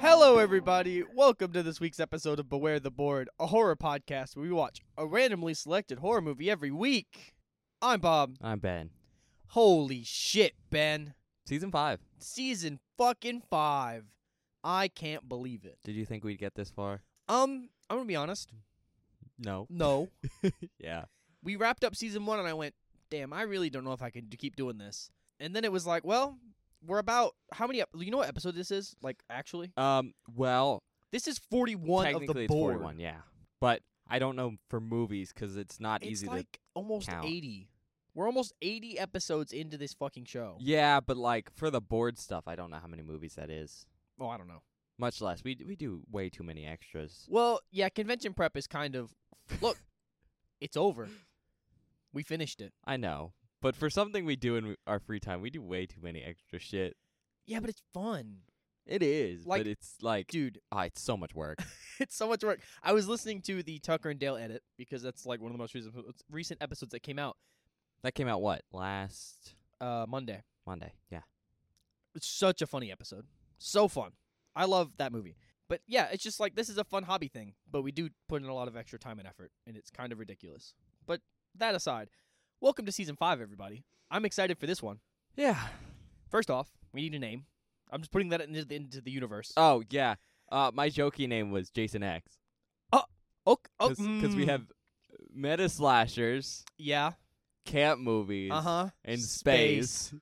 Hello, everybody. Welcome to this week's episode of Beware the Board, a horror podcast where we watch a randomly selected horror movie every week. I'm Bob. I'm Ben. Holy shit, Ben. Season five. Season fucking five. I can't believe it. Did you think we'd get this far? Um, I'm gonna be honest. No. No. Yeah. we wrapped up season one and I went, damn, I really don't know if I can d- keep doing this. And then it was like, well, we're about how many? Ep- you know what episode this is? Like, actually, Um. Well, this is 41 of the board. technically it's forty-one. Yeah. But I don't know for movies because it's not It's easy like almost count. 80. We're almost 80 episodes into this fucking show. to. Yeah, but like for the board stuff, I don't know how many movies that is. Oh, I don't know. Much less. We we do way too many extras. Well, yeah, convention prep is kind of look. it's over. We finished it. I know. But for something we do in w- our free time, we do way too many extra shit. Yeah, but it's fun, It is, Like- but it's like, dude. ah, it's so much work. It's so much work. I was listening to the Tucker and Dale edit because that's like one of the most recent recent episodes that came out that came out what last uh, Monday. Monday? Yeah. It's such a funny episode. So fun. I love that movie. But yeah, it's just like this is a fun hobby thing, but we do put in a lot of extra time and effort, and it's kind of ridiculous. But that aside, welcome to season five, everybody. I'm excited for this one. Yeah. First off, we need a name. I'm just putting that into the, into the universe. Oh yeah. Uh, my jokey name was Jason X. oh, oh, because we mm, have meta slashers, yeah, camp movies, uh huh, and space.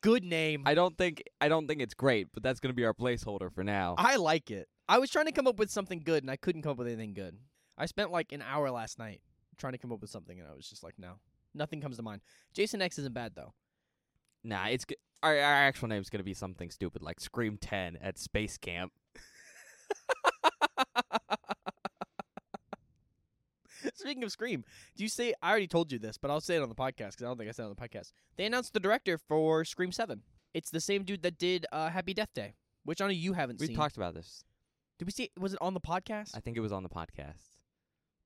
Good name. I, I don't think I don't think it's great, but that's gonna be our placeholder for now. like it. I was trying to come up with something good, and I couldn't come up with anything good. I spent like an hour last night trying to come up with something, and I was just like, no, nothing comes to mind. Jason X isn't bad though. nah, it's g- our, our actual name's gonna be something stupid like Scream Ten at Space Camp. Speaking of Scream, do you say I already told you this, but I'll say it on the podcast because I don't think I said it on the podcast. They announced the director for Scream Seven. It's the same dude that did uh, Happy Death Day, which I know you haven't We seen. talked about this. Did we see? Was it on the podcast? I think it was on the podcast,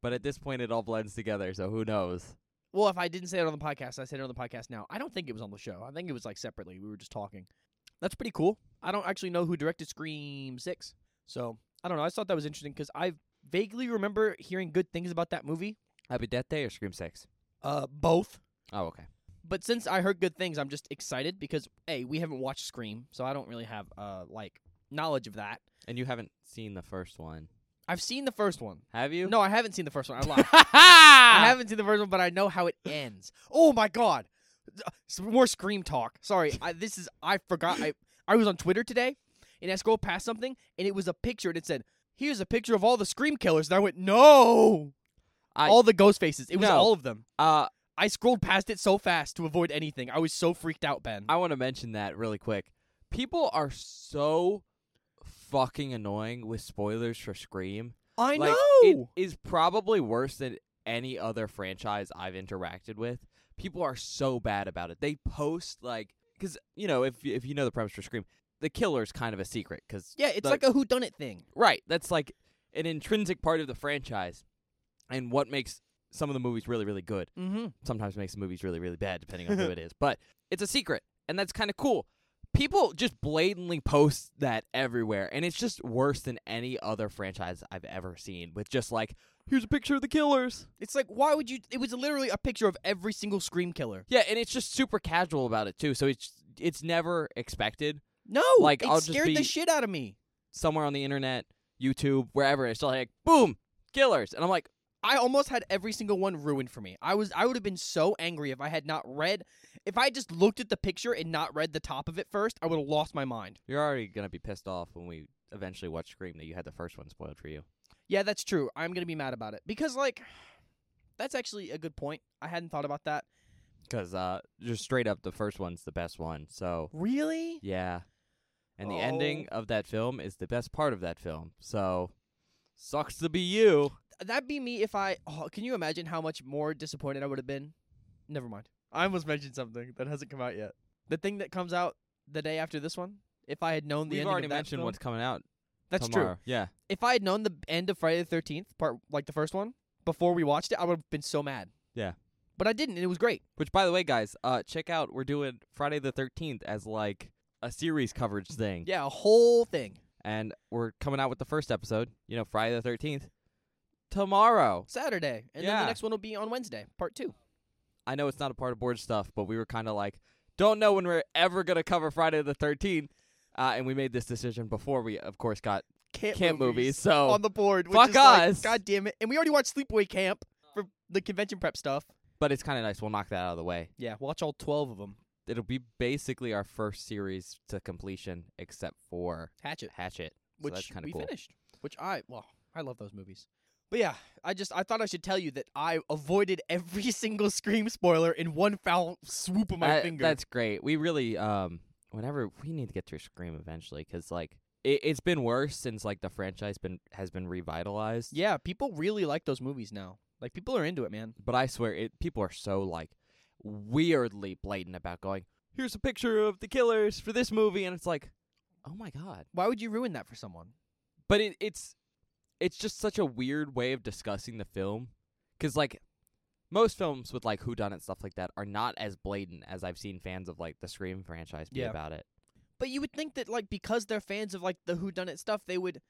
but at this point, it all blends together. So who knows? well, if I didn't say it on the podcast, I said it on the podcast now. I don't think it was on the show. I think it was like separately. We were just talking. That's pretty cool. I don't actually know who directed Scream Six, so I don't know. I just thought that was interesting because I vaguely remember hearing good things about that movie. Happy Death Day or Scream Six? Uh, both. Oh, okay. but since I heard good things, I'm just excited because a we haven't watched Scream, so I don't really have uh like knowledge of that. And you haven't seen the first one, I've seen the first one. have you? No, I haven't seen the first one. I lied. I I haven't seen the first one, but I know how it ends. Oh my god! S- More Scream talk. Sorry, I, this is I forgot. I I was on Twitter today, and I scrolled past something, and it was a picture, and it said. Here's a picture of all the scream killers, and I went, "No!" I- all the ghost faces. It was No. all of them. Uh, I scrolled past it so fast to avoid anything. I was so freaked out, Ben. I want to mention that really quick. People are so fucking annoying with spoilers for Scream. I like, know. It is probably worse than any other franchise I've interacted with. People are so bad about it. They post like cuz you know, if if you know the premise for Scream, the killer's kind of a secret cuz Yeah, it's the- like a whodunit thing. Right. That's like an intrinsic part of the franchise and what makes some of the movies really really good Mm-hmm. sometimes makes the movies really, really bad, depending on who it is. But it's a secret, and that's kind of cool. People just blatantly post that everywhere, and it's just worse than any other franchise I've ever seen. With just like, here's a picture of the killers. It's like, why would you? It was literally a picture of every single scream killer. Yeah, and it's just super casual about it too. So it's it's never expected. No, Like, it I'll just scared the be- shit out of me. Somewhere on the internet, YouTube, wherever, it's like, boom, killers, and I'm like, I almost had every single one ruined for me. I was, I would have been so angry if I had not read, if I had just looked at the picture and not read the top of it first. I would have lost my mind. you're already gonna be pissed off when we eventually watch Scream that you had the first one spoiled for you. Yeah, that's true. I'm gonna be mad about it because, like, that's actually a good point. I hadn't thought about that. 'Cause uh, just straight up, the first one's the best one. So Really? Yeah. And the ending Oh. of that film is the best part of that film. So sucks to be you. That'd be me if I. Oh, can you imagine how much more disappointed I would have been? Never mind. I almost mentioned something that hasn't come out yet. The thing that comes out the day after this one. If I had known the We've ending already of that mentioned film- what's coming out. that's tomorrow. true. Yeah. If I had known the end of Friday the Thirteenth part, like the first one, before we watched it, I would have been so mad. Yeah. But I didn't, and it was great. Which by the way, guys, uh check out we're doing Friday the thirteenth as like a series coverage thing. Yeah, a whole thing. and we're coming out with the first episode. You know, Friday the thirteenth tomorrow. Saturday, and then Yeah. the next one will be on Wednesday, part two. I know it's not a part of board stuff, but we were kind of like, don't know when we're ever gonna cover Friday the thirteenth, uh, and we made this decision before we, of course, got Camp, camp movies. So on the board. Which fuck is like, us. God damn it! And we already watched Sleepaway Camp for the convention prep stuff. but it's kind of nice. We'll knock that out of the way. Yeah, watch all twelve of them. It'll be basically our first series to completion, except for Hatchet, Hatchet. So which that's kind we of cool. finished. Which I well, I love those movies. But yeah, I just I thought I should tell you that I avoided every single scream spoiler in one foul swoop of my That- finger. That's great. We really, um, whenever we need to get to Scream eventually, because like it, it's been worse since like the franchise been has been revitalized. yeah, people really like those movies now. Like people are into it, man. But I swear, it people are so like weirdly blatant about going. Here's a picture of the killers for this movie, and it's like, oh my god. Why would you ruin that for someone? But it, it's it's just such a weird way of discussing the film, because like most films with like whodunit stuff like that are not as blatant as I've seen fans of like the Scream franchise be Yeah. about it. But you would think that like because they're fans of like the Who Done It stuff, they would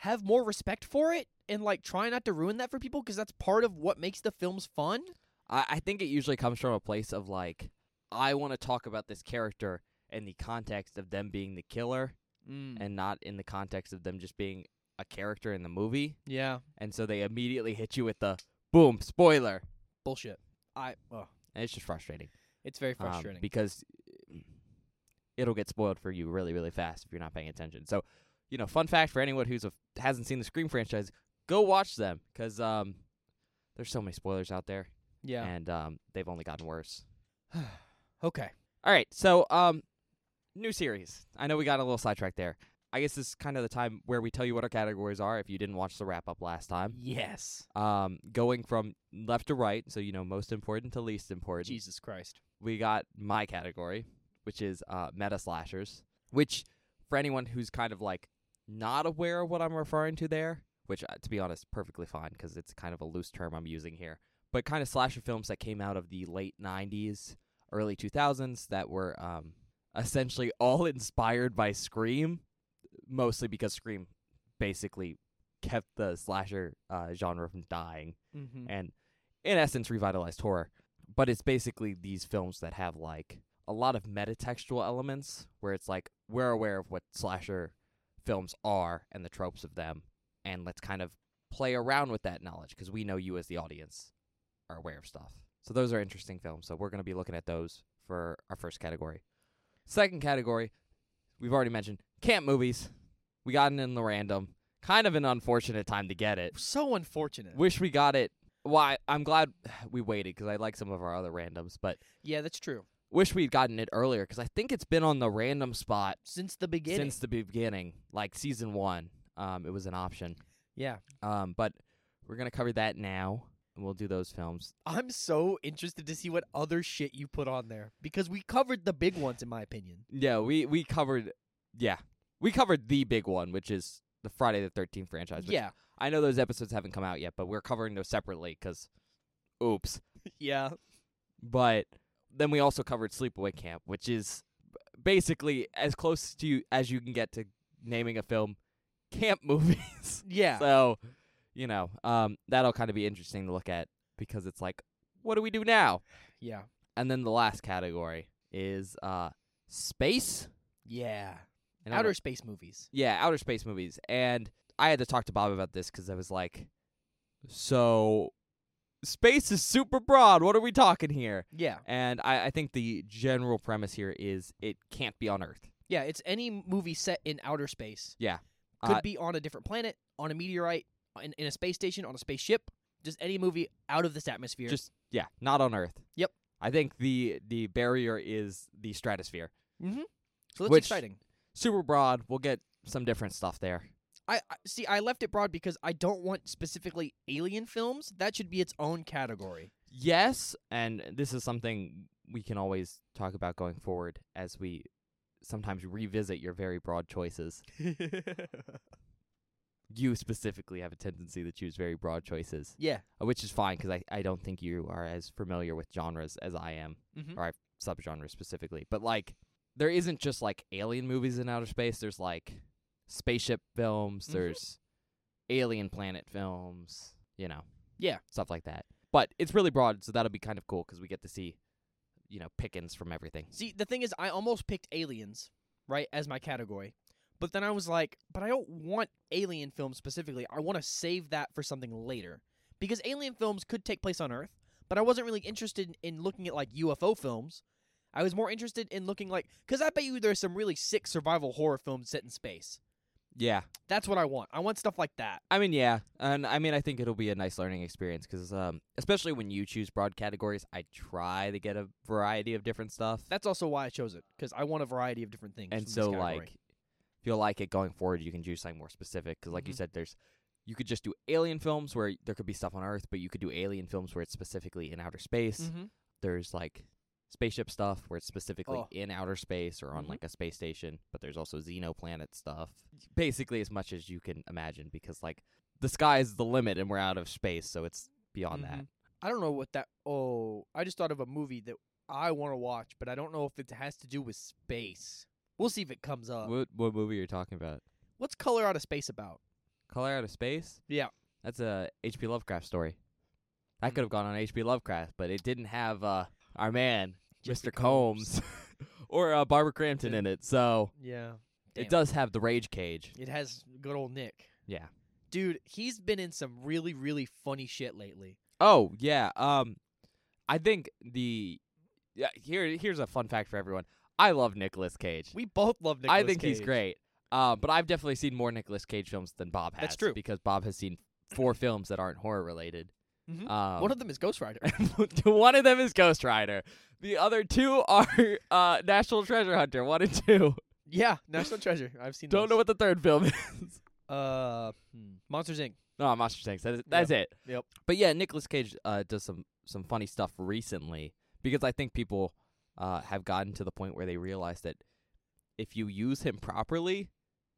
have more respect for it and like try not to ruin that for people because that's part of what makes the films fun. I, I think it usually comes from a place of like, I want to talk about this character in the context of them being the killer Mm. and not in the context of them just being a character in the movie. Yeah, And so they immediately hit you with the boom, spoiler. bullshit. I oh, And it's just frustrating. it's very um, frustrating. because it'll get spoiled for you really, really fast if you're not paying attention. So, you know, fun fact for anyone who's a, hasn't seen the Scream franchise, go watch them because um, there's so many spoilers out there, yeah. and um, they've only gotten worse. Okay. All right, so um, new series. I know we got a little sidetracked there. I guess this is kind of the time where we tell you what our categories are. If you didn't watch the wrap up last time, Yes. um, going from left to right, so you know most important to least important. Jesus Christ. We got my category, which is uh, meta slashers. Which, for anyone who's kind of like not aware of what I'm referring to there, which uh, to be honest, perfectly fine because it's kind of a loose term I'm using here, but kind of slasher films that came out of the late '90s, early 2000s that were um, essentially all inspired by Scream, mostly because Scream basically kept the slasher uh, genre from dying Mm-hmm. and in essence revitalized horror. But it's basically these films that have like a lot of metatextual elements where it's like we're aware of what slasher films are and the tropes of them, and let's kind of play around with that knowledge because we know you as the audience are aware of stuff. So those are interesting films. So we're going to be looking at those for our first category. Second category, we've already mentioned camp movies. We got it in the random, kind of an unfortunate time to get it. So unfortunate. Wish we got it. Why? I'm glad we waited because I like some of our other randoms, but yeah, that's true. wish we'd gotten it earlier because I think it's been on the random spot Since the beginning. since the beginning, like season one. Um, it was an option. yeah. Um, but we're gonna cover that now, and we'll do those films. I'm so interested to see what other shit you put on there because we covered the big ones in my opinion. Yeah, we we covered. Yeah, we covered the big one, which is the Friday the Thirteenth franchise. Which Yeah. I know those episodes haven't come out yet, but we're covering those separately because, oops. Yeah. but then we also covered Sleepaway Camp, which is basically as close to you as you can get to naming a film camp movies. Yeah. so, you know, um, that'll kind of be interesting to look at because it's like, what do we do now? yeah. And then the last category is uh, space Yeah. and I Outer don't- space movies. yeah, outer space movies. And I had to talk to Bob about this because I was like, so space is super broad. What are we talking here? Yeah. And I, I think the general premise here is it can't be on Earth. Yeah, it's any movie set in outer space. Yeah. Could Uh, be on a different planet, on a meteorite, in, in a space station, on a spaceship. Just any movie out of this atmosphere. Just yeah, not on Earth. Yep. I think the the barrier is the stratosphere. mm-hmm. So that's which- exciting. Super broad. We'll get some different stuff there. I, I see. I left it broad because I don't want specifically alien films. That should be its own category. Yes, and this is something we can always talk about going forward as we sometimes revisit your very broad choices. You specifically have a tendency to choose very broad choices. yeah. Uh, which is fine because I, I don't think you are as familiar with genres as I am, Mhm. or I've subgenres specifically. But like, there isn't just like alien movies in outer space. There's like spaceship films, Mhm. there's alien planet films, you know. Yeah. Stuff like that. But it's really broad, so that'll be kind of cool because we get to see, you know, pickings from everything. See, the thing is, I almost picked aliens, right, as my category. But then I was like, but I don't want alien films specifically. I want to save that for something later. Because alien films could take place on Earth, but I wasn't really interested in, in looking at like UFO films. I was more interested in looking like, because I bet you there's some really sick survival horror films set in space. Yeah. That's what I want. I want stuff like that. I mean, yeah, and I mean, I think it'll be a nice learning experience 'cause um, especially when you choose broad categories, I try to get a variety of different stuff, That's also why I chose it, because I want a variety of different things. from and this so category. like, if you like it going forward, you can choose something more specific 'cause like you Mhm. said, there's you could just do alien films where there could be stuff on Earth, but you could do alien films where it's specifically in outer space. Mhm. There's like spaceship stuff where it's specifically Oh. in outer space or on Mhm. like a space station, but there's also xenoplanet stuff. Basically, as much as you can imagine, because like the sky is the limit and we're out of space, so it's beyond that. Mhm. I don't know what that. Oh, I just thought of a movie that I want to watch, but I don't know if it has to do with space. We'll see if it comes up. what what movie are you talking about? What's Color Out of Space about? Color Out of Space? Yeah. That's a H.P. Lovecraft story. That Mm. could have gone on H.P. Lovecraft, but it didn't have uh, our man, Jeffrey Mr. Combs, or uh, Barbara Crampton Did- in it. So Yeah, Damn. it does have the Rage Cage. it has good old Nick. Yeah. dude, he's been in some really, really funny shit lately. Oh yeah. Um, I think the yeah here here's a fun fact for everyone. I love Nicolas Cage. We both love Nick. I think he's great. Um, but I've definitely seen more Nicolas Cage films than Bob has. That's true. because Bob has seen four films that aren't horror related. Mhm. Um, One of them is Ghost Rider. one of them is Ghost Rider. The other two are uh, National Treasure Hunter. One and two. yeah, National Treasure. I've seen. Don't know what the third film is. know. Uh, hmm. Monsters Inc. No, Monster Tanks. That's, that's it. Yep. But yeah, Nicolas Cage uh, does some some funny stuff recently because I think people uh, have gotten to the point where they realize that if you use him properly,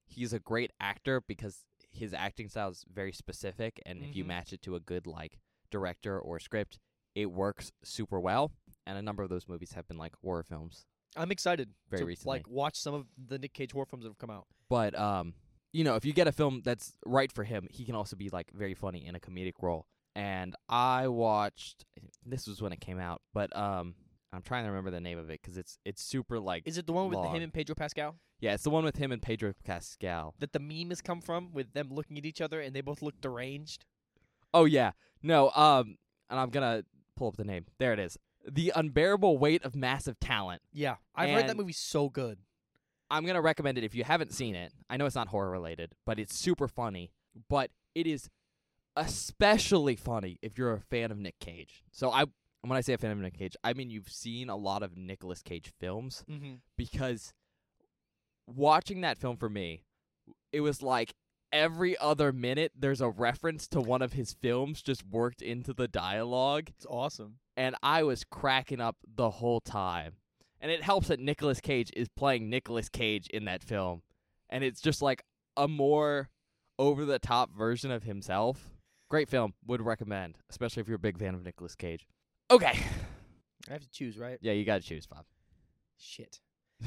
he's a great actor because his acting style is very specific, and if you Mhm. match it to a good like director or script, it works super well. And a number of those movies have been like horror films. I'm excited Very to recently. like watch some of the Nick Cage horror films that have come out. But um, you know, if you get a film that's right for him, he can also be like very funny in a comedic role. And I watched this was when it came out, but um, I'm trying to remember the name of it 'cause it's it's super like Is it the one with Long. him and Pedro Pascal? yeah, it's the one with him and Pedro Pascal. that the meme has come from with them looking at each other and they both look deranged. Oh yeah, no um, and I'm gonna pull up the name. There it is. The unbearable weight of massive talent. Yeah, I've heard that And- movie's so good. I'm gonna recommend it if you haven't seen it. I know it's not horror related, but it's super funny. But it is especially funny if you're a fan of Nick Cage. So I when I say a fan of Nick Cage, I mean you've seen a lot of Nicolas Cage films Mm-hmm. because watching that film for me, it was like every other minute there's a reference to one of his films just worked into the dialogue It's awesome. and I was cracking up the whole time. And it helps that Nicolas Cage is playing Nicolas Cage in that film. And it's just like a more over the top version of himself. Great film, would recommend, especially if you're a big fan of Nicolas Cage. Okay. I have to choose, right? Yeah, you got to choose, Bob. Shit.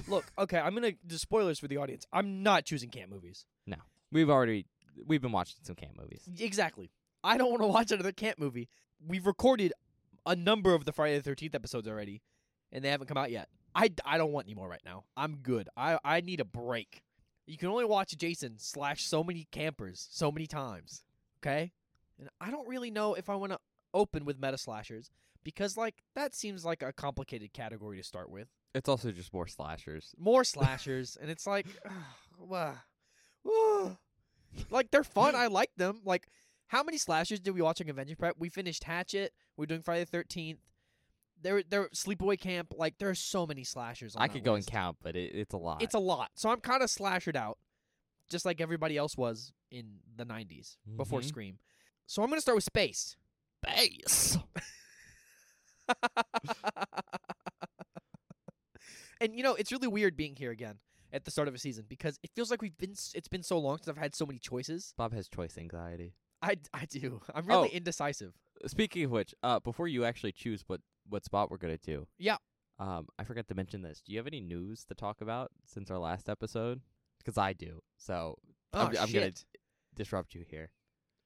Look, okay, I'm gonna the spoilers for the audience. I'm not choosing camp movies. We've already we've been watching some camp movies. Exactly. I don't want to watch another camp movie. We've recorded a number of the Friday the Thirteenth episodes already, and they haven't come out yet. I, d- I don't want any more right now. I'm good. I I need a break. You can only watch Jason slash so many campers so many times. Okay, and I don't really know if I want to open with meta slashers because like that seems like a complicated category to start with. It's also just more slashers. More slashers, and it's like, wah, wah. like they're fun. I like them. Like, how many slashers did we watch on Convention Prep? We finished Hatchet. We're doing Friday the Thirteenth. There, there, Sleepaway Camp. Like, there are so many slashers. On I that could go list. and count, but it, it's a lot. It's a lot. So I'm kind of slashered out, just like everybody else was in the '90s before Mhm. Scream. So I'm gonna start with space. base. and you know, it's really weird being here again at the start of a season because it feels like we've been. s- It's been so long since I've had so many choices. Bob has choice anxiety. I, I do. I'm really Oh. indecisive. Speaking of which, uh, before you actually choose what what spot we're gonna do, Yeah. um, I forgot to mention this. Do you have any news to talk about since our last episode? 'Cause I do. So Oh, I'm- I'm shit. gonna- Disrupt you here.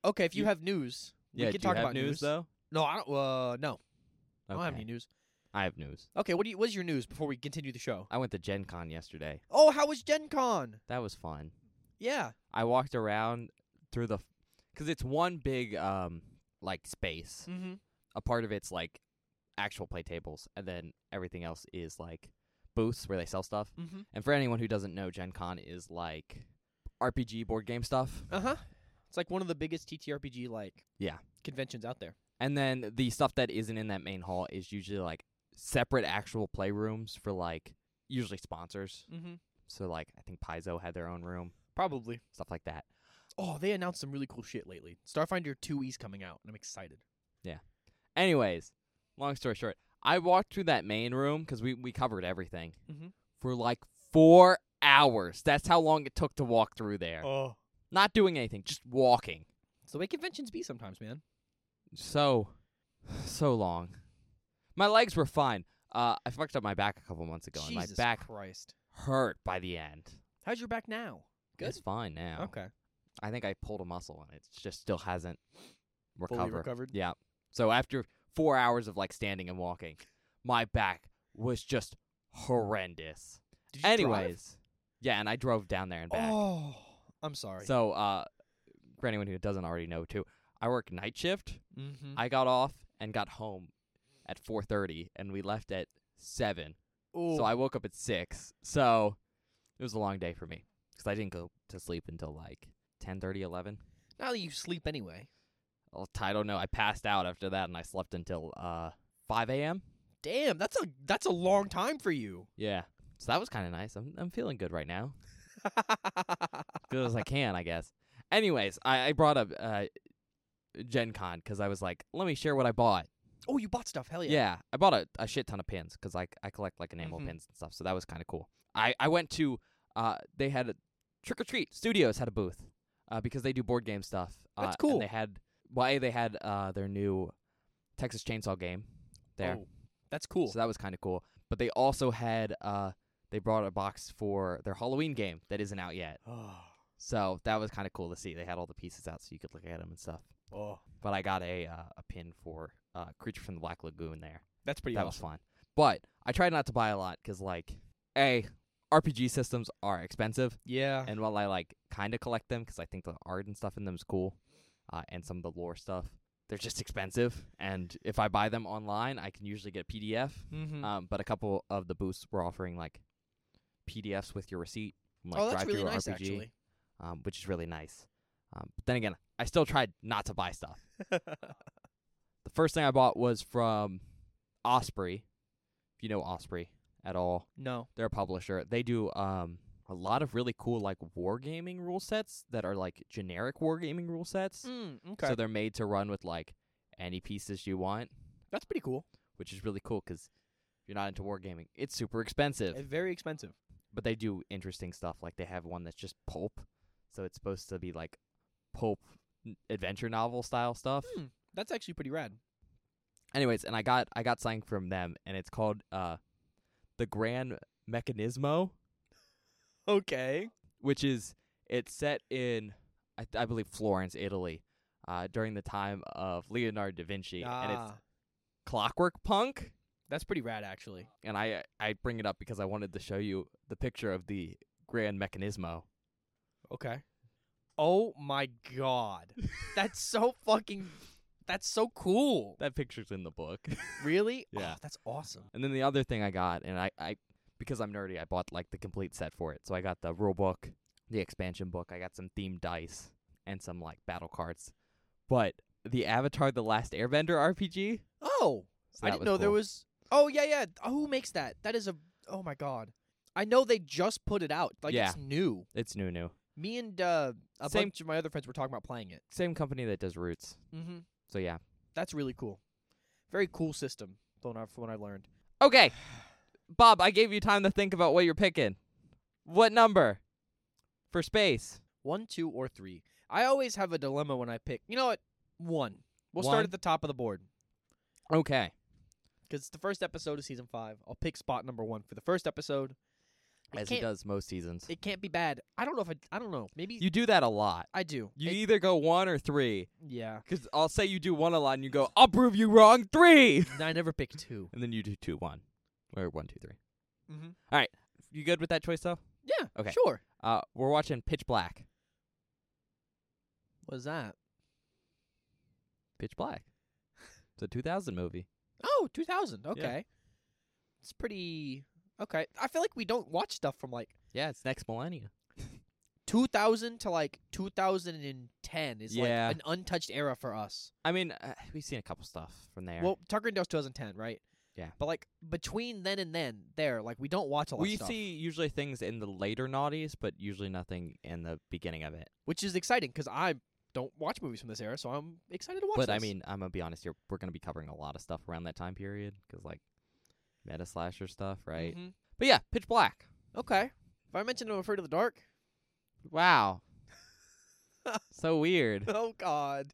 Okay, if you, You- have news, yeah, we can do you talk have about news, though. No, I don't. Uh, no, I don't have Okay. any news. I have news. Okay, what do you? What's your news before we continue the show? I went to Gen Con yesterday. Oh, how was Gen Con? That was fun. Yeah. I walked around through the, because it's one big um like space. Mm-hmm. A part of it's like actual play tables, and then everything else is like booths where they sell stuff. Mm-hmm. And for anyone who doesn't know, Gen Con is like RPG board game stuff. Uh huh. It's like one of the biggest TTRPG like Uh-huh. Yeah. conventions out there. And then the stuff that isn't in that main hall is usually like separate actual playrooms for like usually sponsors. Mm-hmm. So like I think Paizo had their own room, Probably. stuff like that. Oh, they announced some really cool shit lately. Starfinder 2E's coming out, and I'm excited. Anyways, long story short, I walked through that main room because we we covered everything Mhm. for like four hours. That's how long it took to walk through there. Oh. Not doing anything, just walking. It's the way conventions be sometimes, man. so so long. My legs were fine. Uh, I fucked up my back a couple months ago, and my Jesus back Christ. hurt by the end. How's your back now? Good? It's fine now. Okay. I think I pulled a muscle, and it just still hasn't recovered. Fully recovered. Yeah. So after four hours of like standing and walking, my back was just horrendous. Did you drive? Anyways, yeah, and I drove down there and back. Oh, I'm sorry. So, uh, for anyone who doesn't already know, too, I work night shift. mm-hmm. I got off and got home at 4:30, and we left at seven. So I woke up at six. So it was a long day for me because I didn't go to sleep until like 10:30, 11. now that you sleep anyway. I'll- I don't know. I passed out after that, and I slept until uh 5 a.m. Damn, that's a that's a long time for you. Yeah. So that was kind of nice. I'm I'm feeling good right now, good as I can, I guess. Anyways, I, I brought up uh, Gen Con because I was like, let me share what I bought. oh, you bought stuff. Hell Yeah, yeah. I bought a, a shit ton of pins because I, I collect like enamel Mhm. pins and stuff. So that was kind of cool. I, I went to, uh, they had a Trick or Treat Studios had a booth uh, because they do board game stuff. Uh, That's and cool. they had, why they had uh, their new Texas Chainsaw game there. Oh, that's cool. So that was kind of cool. But they also had, uh, they brought a box for their Halloween game that isn't out yet. oh, So that was kind of cool to see. They had all the pieces out so you could look at them and stuff. oh, But I got a, uh, a pin for uh, Creature from the Black Lagoon there that's pretty that awesome. was fun. But I tried not to buy a lot 'cause like, a RPG systems are expensive, yeah. and while I like kind of collect them 'cause I think the art and stuff in them is cool, uh, and some of the lore stuff, they're just expensive. And if I buy them online, I can usually get a PDF. mm-hmm. Um, but a couple of the booths were offering like PDFs with your receipt. From, like, oh, that's really drive-thru nice RPG, actually. Um, which is really nice. Um, but then again, I still tried not to buy stuff. The first thing I bought was from Osprey. If you know Osprey at all, no. they're a publisher. They do um a lot of really cool like wargaming rule sets that are like generic wargaming rule sets. Mm, okay. So they're made to run with like any pieces you want, that's pretty cool. which is really cool cuz if you're not into wargaming, it's super expensive. Uh, very expensive. but they do interesting stuff like they have one that's just pulp. So it's supposed to be like pulp n- adventure novel style stuff. Hmm, that's actually pretty rad. anyways and i got i got something from them and it's called uh the grand mechanismo Okay. which is it's set in i, th- I believe florence italy uh during the time of leonardo da vinci and it's Ah, clockwork punk that's pretty rad actually. and i i bring it up because i wanted to show you the picture of the grand mechanismo Okay. Oh my god. That's so fucking that's so cool. that picture's in the book Really? Yeah. Oh, that's awesome. and then the other thing i got and i i because i'm nerdy i bought like the complete set for it so i got the rule book the expansion book i got some themed dice and some like battle cards but the avatar the last airbender rpg Oh, so I that didn't know there cool. was Oh yeah, yeah. Oh, who makes that? That is a Oh my god. I know they just put it out. Like Yeah. it's new. it's new new Me and uh a Same- bunch of my other friends were talking about playing it. same company that does roots Mm-hmm. so yeah That's really cool. Very cool system. From what I- from what I learned. okay bob i gave you time to think about what you're picking what number for space One, two, or three. I always have a dilemma when I pick. You know what? One. We'll start One? at the top of the board. okay because it's the first episode of season five. I'll pick spot number one for the first episode, It as he can't- does most seasons. It can't be bad. I don't know if I. I don't know. Maybe You do that a lot. I do. You It- either go one or three. yeah. Because I'll say you do one a lot, and you go, "I'll prove you wrong." Three, I never pick two. and then you do two, one, or one, two, three. Mm-hmm. You good with that choice though? Yeah. Okay. Sure. Uh, we're watching Pitch Black. What's that? Pitch Black. It's a 2000 movie. Oh, 2000. Okay. It's pretty. Okay. I feel like we don't watch stuff from like Yeah, it's next millennia. 2000 to like 2010 is Yeah. like an untouched era for us. I mean, uh, we've seen a couple stuff from there. Well, Tucker and Dale's 2010, right? Yeah. But like between then and then, there, like we don't watch a lot we of stuff, see usually things in the later noughties, but usually nothing in the beginning of it. which is exciting because I don't watch movies from this era, so I'm excited to watch. but I this. mean, I'm gonna be honest here. We're gonna be covering a lot of stuff around that time period because like meta slasher stuff, right? Mhm. But yeah, Pitch Black. okay. If I mentioned I'm afraid of the dark, Wow. so weird. oh god.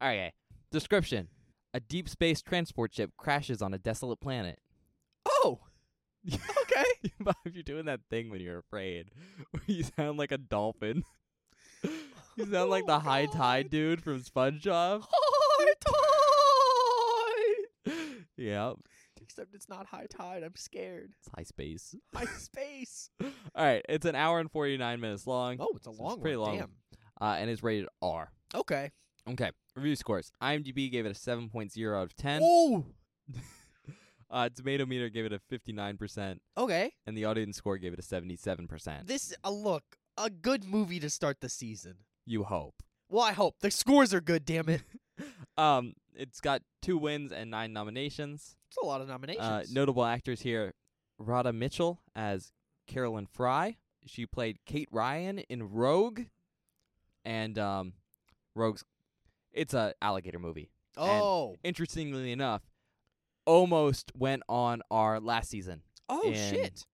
All right. Description: A deep space transport ship crashes on a desolate planet. Oh. okay. Bob, you're doing that thing when you're afraid. Where you sound like a dolphin. You sound like the Oh, high God. tide dude from SpongeBob. High tide. yeah, Except it's not high tide. I'm scared. it's high space. High space. All right, it's an hour and 49 minutes long Oh, it's a It's long pretty one. long. uh, and it's rated R. Damn. Okay. Okay, review scores. IMDb gave it a 7.0 out of 10. Oh. Uh, tomato meter gave it a 59%, Okay. and the audience score gave it a 77%. This a look a good movie to start the season. You hope. Well, I hope the scores are good. Damn it, Um, it's got two wins and nine nominations. it's a lot of Uh, nominations. notable actors here: Rhoda Mitchell as Carolyn Fry. She played Kate Ryan in Rogue, and um, Rogue's. It's a alligator movie. Oh. Interestingly enough, almost went on our last season. Oh and- shit.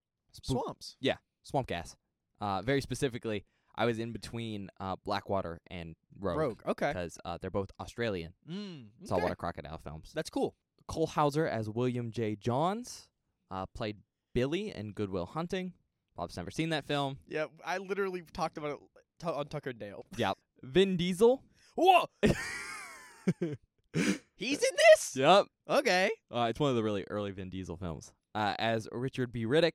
Swamps. Swamp Gas. Uh, very specifically, I was in between uh, Blackwater and Rogue, Rogue. Okay. because uh, they're both Australian Mm. okay. saltwater crocodile films. That's cool. Cole Hauser as William J. Johns, uh, played Billy in Goodwill Hunting. Bob's never seen that film. Yeah, I literally talked about it t- on Tucker and Dale. Vin Diesel. Whoa. He's in this? Yep. Okay. Uh, it's one of the really early Vin Diesel films. Uh, as Richard B. Riddick,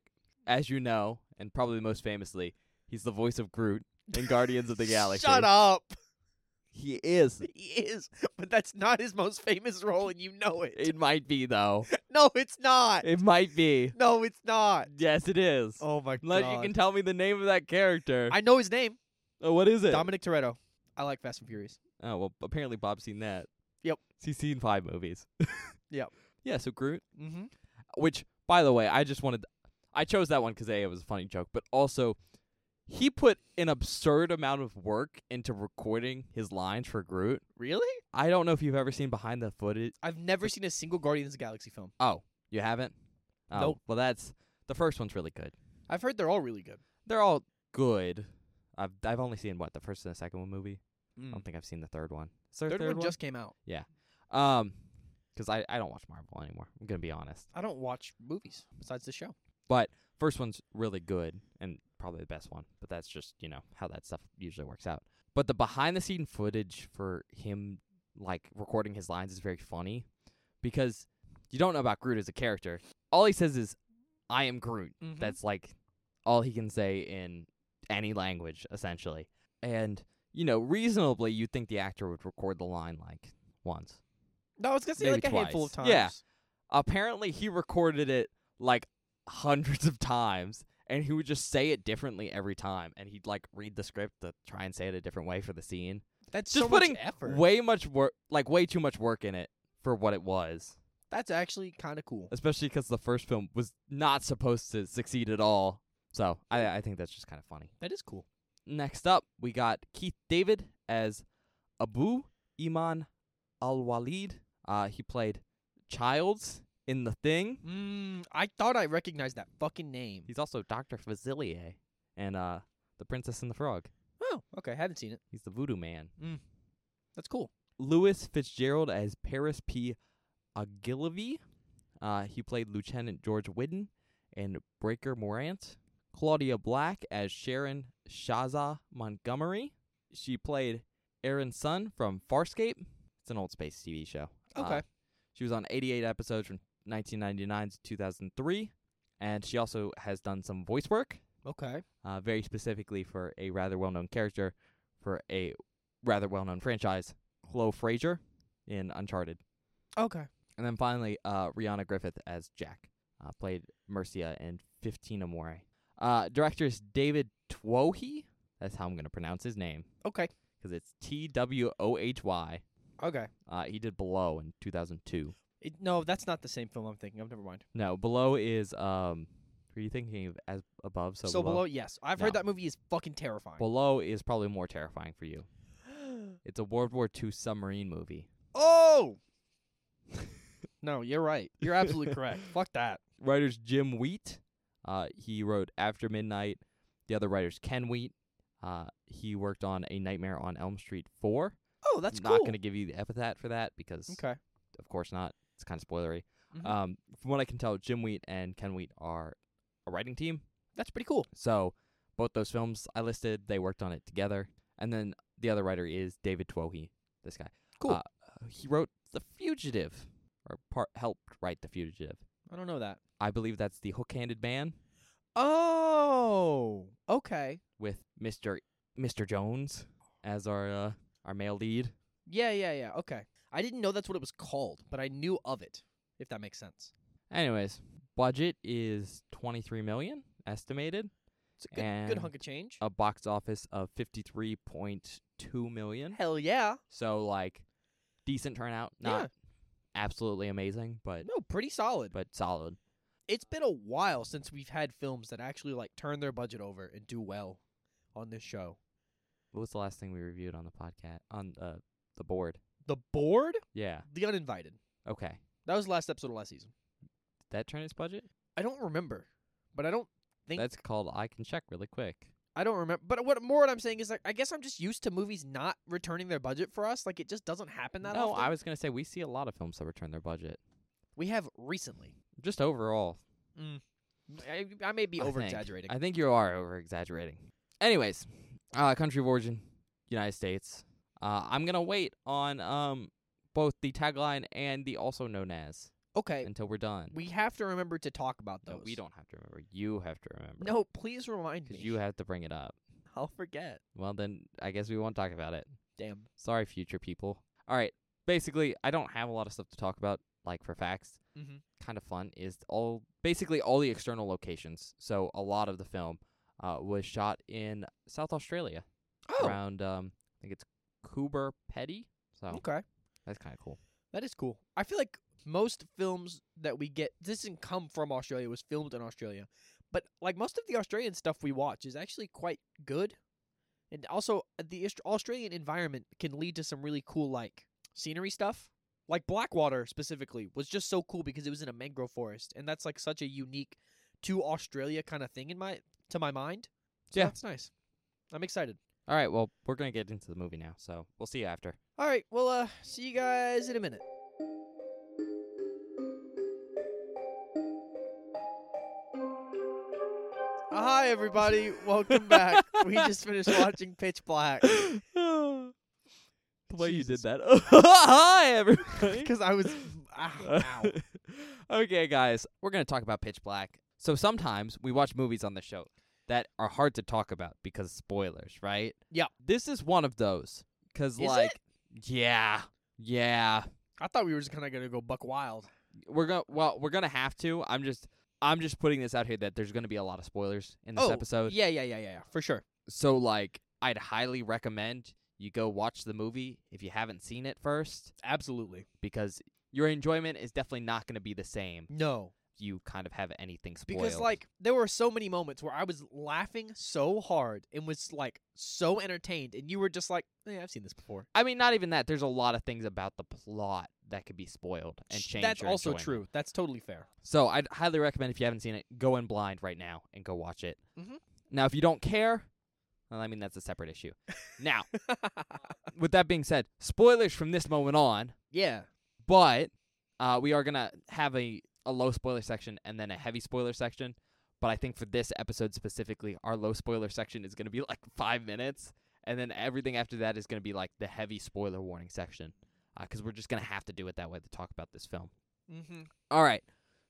as you know, and probably most famously, he's the voice of Groot in Guardians of the Galaxy. Shut up. He is. He is, but that's not his most famous role, and you know it. It might be though. No, it's not. It might be. No, it's not. Yes, it is. Oh my Unless god. you can tell me the name of that character. I know his name. oh, what is it? Dominic Toretto. I like Fast and Furious. Oh well, apparently Bob's seen that. Yep. He's seen five movies. Yep. Yeah. So Groot, Mm-hmm. which by the way, I just wanted, I chose that one 'cause a it was a funny joke, but also he put an absurd amount of work into recording his lines for Groot. Really? I don't know if you've ever seen behind the footage. I've never seen a single Guardians of the Galaxy film. You haven't? Oh, Nope. Well, that's the first one's really good. I've heard they're all really good. They're all good. I've I've only seen what the first and the second one movie. I Mm. don't think I've seen the Oh, third one. Is there a Third, one, one? just came out. Um 'cause I, I don't watch Marvel anymore. I'm gonna be honest. I don't watch movies besides the show. First one's really good and probably the best one, but that's just you know how that stuff usually works out. But the behind the scene footage for him like recording his lines is very funny because you don't know about Groot as a character. All he says is, "I am Groot." Mhm. That's like all he can say in any language, essentially. And you know, reasonably, you'd think the actor would record the line like once. No, it's gonna say Maybe like a handful of twice. times. Yeah. apparently he recorded it like hundreds of times and he would just say it differently every time and he'd like read the script to try and say it a different way for the scene That's Just so much putting effort. way much work like way too much work in it for what it was That's actually kind of cool. especially because the first film was not supposed to succeed at all so i, I think that's just kind of funny That is cool. next up we got keith david as abu iman al-walid uh, he played childs in the thing Mm, I thought I recognized that fucking name. He's also Doctor Facilier and uh the Princess and the Frog. Oh, okay. Haven't seen it. He's the Voodoo Man. That's cool. Louis Fitzgerald as Paris P. Ogilvy. Uh, he played Lieutenant George Whidden and Breaker Morant Claudia Black as Sharon Shaza Montgomery. She played Aaron Sun from Farscape. It's an old space TV show. Uh, Okay. she was on 88 episodes from 1999 to 2003, and she also has done some voice work, okay. uh, very specifically for a rather well-known character for a rather well-known franchise, Chloe Frazier in Uncharted. Okay. And then finally, uh, Rihanna Griffith as Jack, uh, played Mercia in 15 Amore. Uh, director is David Twohy. That's how I'm going to pronounce his name Okay. because it's T W O H Y. Okay. Uh, he did Below in 2002. It, no, that's not the same film I'm thinking of. Never mind. No, Below is um. Are you thinking of as above? So, So, below, yes. I've heard No. that movie is fucking terrifying. Below is probably more terrifying for you. It's a World War II submarine movie. oh. no, you're right. You're absolutely correct. Fuck that. Writers Jim Wheat. Uh, he wrote After Midnight. The other writers Ken Wheat. Uh, he worked on A Nightmare on Elm Street four. Oh, that's not cool. gonna give you the epithet for that because okay. of course not. It's kind of spoilery. Mhm. Um, from what I can tell, Jim Wheat and Ken Wheat are a writing team. That's pretty cool. So both those films I listed, they worked on it together. And then the other writer is David Twohy, this guy. Cool. Uh, he wrote The Fugitive, or part helped write The Fugitive. I don't know that. I believe that's the hook-handed man Oh. Okay. with Mister Mister Jones as our uh, our male lead. Yeah, yeah, yeah. Okay. I didn't know that's what it was called, but I knew of it, if that makes sense. Anyways, budget is twenty three million estimated, It's a good, good And- hunk of change. a box office of fifty three point two million. Hell yeah. So like, decent turnout, not Yeah. absolutely amazing, but No, pretty solid. but solid. It's been a while since we've had films that actually like turn their budget over and do well on this show. What was the last thing we reviewed on the podcast on uh, the board? The Board, Yeah. The Uninvited. Okay. That was the last episode of last season. Did that turn its budget? I don't remember, but I don't think That's called I can check really quick. I don't remember. But what more what I'm saying is like I guess I'm just used to movies not returning their budget for us. Like it just doesn't happen that no, often. I was gonna say we see a lot of films that return their budget. we have recently. Just overall. I, I may be I think. over exaggerating. I think you are over exaggerating. Anyways, uh, country of origin, United States. Uh, I'm gonna wait on um both the tagline and the also known as Okay, until we're done. we have to remember to talk about those. no, we don't have to remember. You have to remember. No, please remind me. because you have to bring it up. I'll forget. Well, then I guess we won't talk about it. Damn. Sorry, future people. All right. Basically, I don't have a lot of stuff to talk about, like for facts. Mhm. Kind of fun is all basically all the external locations. So a lot of the film uh, was shot in South Australia Oh, around um, I think it's Coober Petty. So okay. that's kind of cool. That is cool. I feel like most films that we get, this didn't come from Australia, it was filmed in Australia. But like most of the Australian stuff we watch is actually quite good. And also, uh, the Aust- Australian environment can lead to some really cool, like, scenery stuff. Like Blackwater specifically was just so cool because it was in a mangrove forest, and that's like such a unique to Australia kind of thing in my to my mind. So Yeah. that's nice. I'm excited. All right. Well, we're gonna get into the movie now. So we'll see you after. All right, well, uh, see you guys in a minute. Hi, everybody. Welcome back. we just finished watching Pitch Black the way you Jesus. did that. Hi, everybody. because I was. Ow, ow. okay, guys, we're going to talk about Pitch Black. So sometimes we watch movies on the show that are hard to talk about because spoilers, right? Yeah. This is one of those cuz Is like yeah. Yeah. I thought we were just kind of going to go buck wild. We're going to well, we're going to have to. I'm just I'm just putting this out here that there's going to be a lot of spoilers in this oh, episode. Yeah, yeah, yeah, yeah, yeah, for sure. So like I'd highly recommend you go watch the movie if you haven't seen it first Absolutely. because your enjoyment is definitely not going to be the same. No. if You kind of have anything spoiled. Because, like, there were so many moments where I was laughing so hard and was, like, so entertained, and you were just like, eh, I've seen this before. I mean, not even that. There's a lot of things about the plot that could be spoiled and Sh- changed. That's also true. That's totally fair. So I'd highly recommend if you haven't seen it, go in blind right now and go watch it. Mhm. Now, if you don't care, well, I mean that's a separate issue. Now, with that being said, spoilers from this moment on, yeah. but uh, we are gonna have a a low spoiler section and then a heavy spoiler section. But I think for this episode specifically, our low spoiler section is going to be like five minutes, and then everything after that is going to be like the heavy spoiler warning section, because we're just going to have to do it that way to talk about this film. Mm-hmm. All right.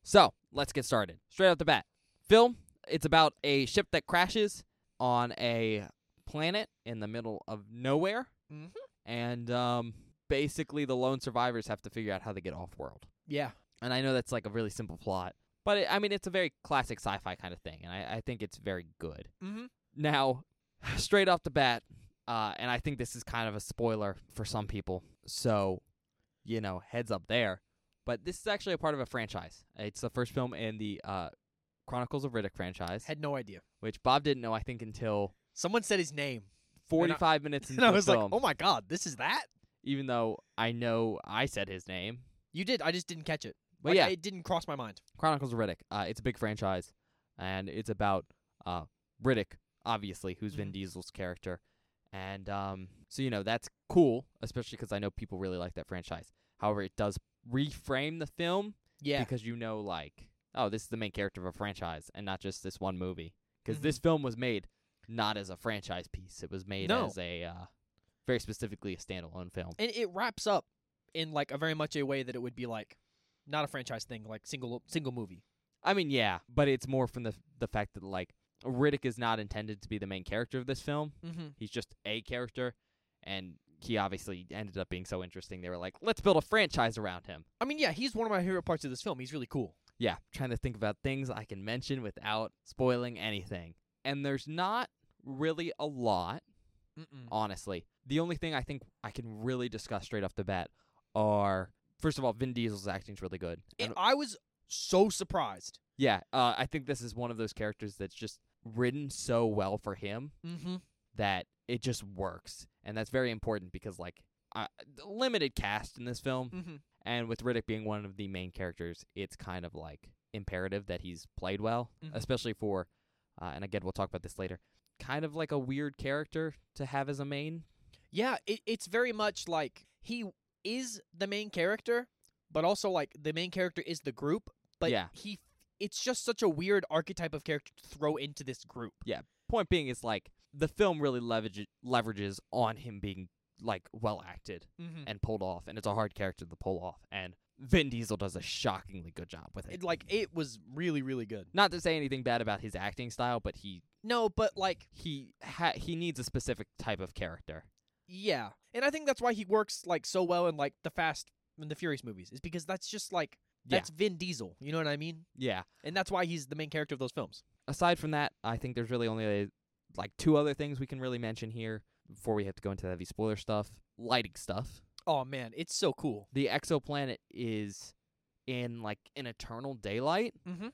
So let's get started. Straight off the bat. Film, it's about a ship that crashes on a planet in the middle of nowhere. Mhm. And um, basically, the lone survivors have to figure out how they get off world. Yeah. And I know that's like a really simple plot, but it, I mean, it's a very classic sci fi kind of thing. And I, I think it's very good. Mm-hmm. Now, straight off the bat, uh, and I think this is kind of a spoiler for some people, so you know, heads up there. But this is actually a part of a franchise. It's the first film in the uh, Chronicles of Riddick franchise, Had no idea. which Bob didn't know, I think, until Someone said his name, 45 minutes into and I the was film. like, "Oh my god, this is that." Even though I know I said his name, You did. I just didn't catch it. but Like, yeah, it didn't cross my mind. Chronicles of Riddick. Uh, it's a big franchise, and it's about uh, Riddick, obviously, who's Vin Mhm. Diesel's character. And um, so, you know, that's cool, especially 'cause I know people really like that franchise. However, it does reframe the film Yeah. because you know, like, oh, this is the main character of a franchise and not just this one movie. 'Cause Mm-hmm. this film was made not as a franchise piece, it was made No. as a uh, very specifically a standalone film. and it wraps up in like a very much a way that it would be like not a franchise thing, like single single movie. I mean, yeah, but it's more from the the fact that like Riddick is not intended to be the main character of this film. Mm-hmm. He's just a character, and he obviously ended up being so interesting. They were like, let's build a franchise around him. I mean, yeah, he's one of my favorite parts of this film. He's really cool. Yeah, trying to think about things I can mention without spoiling anything. And there's not really a lot, Mm-mm. honestly. The only thing I think I can really discuss straight off the bat are first of all, Vin Diesel's acting's really good. And- And I was so surprised. yeah, uh, I think this is one of those characters that's just written so well for him Mm-hmm. that it just works, and that's very important because like uh, limited cast in this film, Mm-hmm. and with Riddick being one of the main characters, it's kind of like imperative that he's played well, Mhm. especially for, uh, and again we'll talk about this later. Kind of like a weird character to have as a main. Yeah, it, it's very much like he is the main character, but also like the main character is the group. But Yeah. he, it's just such a weird archetype of character to throw into this group. Point being is like the film really leverage leverages on him being like well acted. Mm-hmm. and pulled off, and it's a hard character to pull off. And Vin Diesel does a shockingly good job with it. It, like it was really, really good. Not to say anything bad about his acting style, but he No, but like he ha- he needs a specific type of character. Yeah, and I think that's why he works like so well in like the Fast and the Furious movies is because that's just like Yeah. that's Vin Diesel. You know what I mean? Yeah. And that's why he's the main character of those films. Aside from that, I think there's really only like two other things we can really mention here before we have to go into the heavy spoiler stuff, lighting stuff. Oh man, it's so cool. The exoplanet is in like an eternal daylight. Mhm.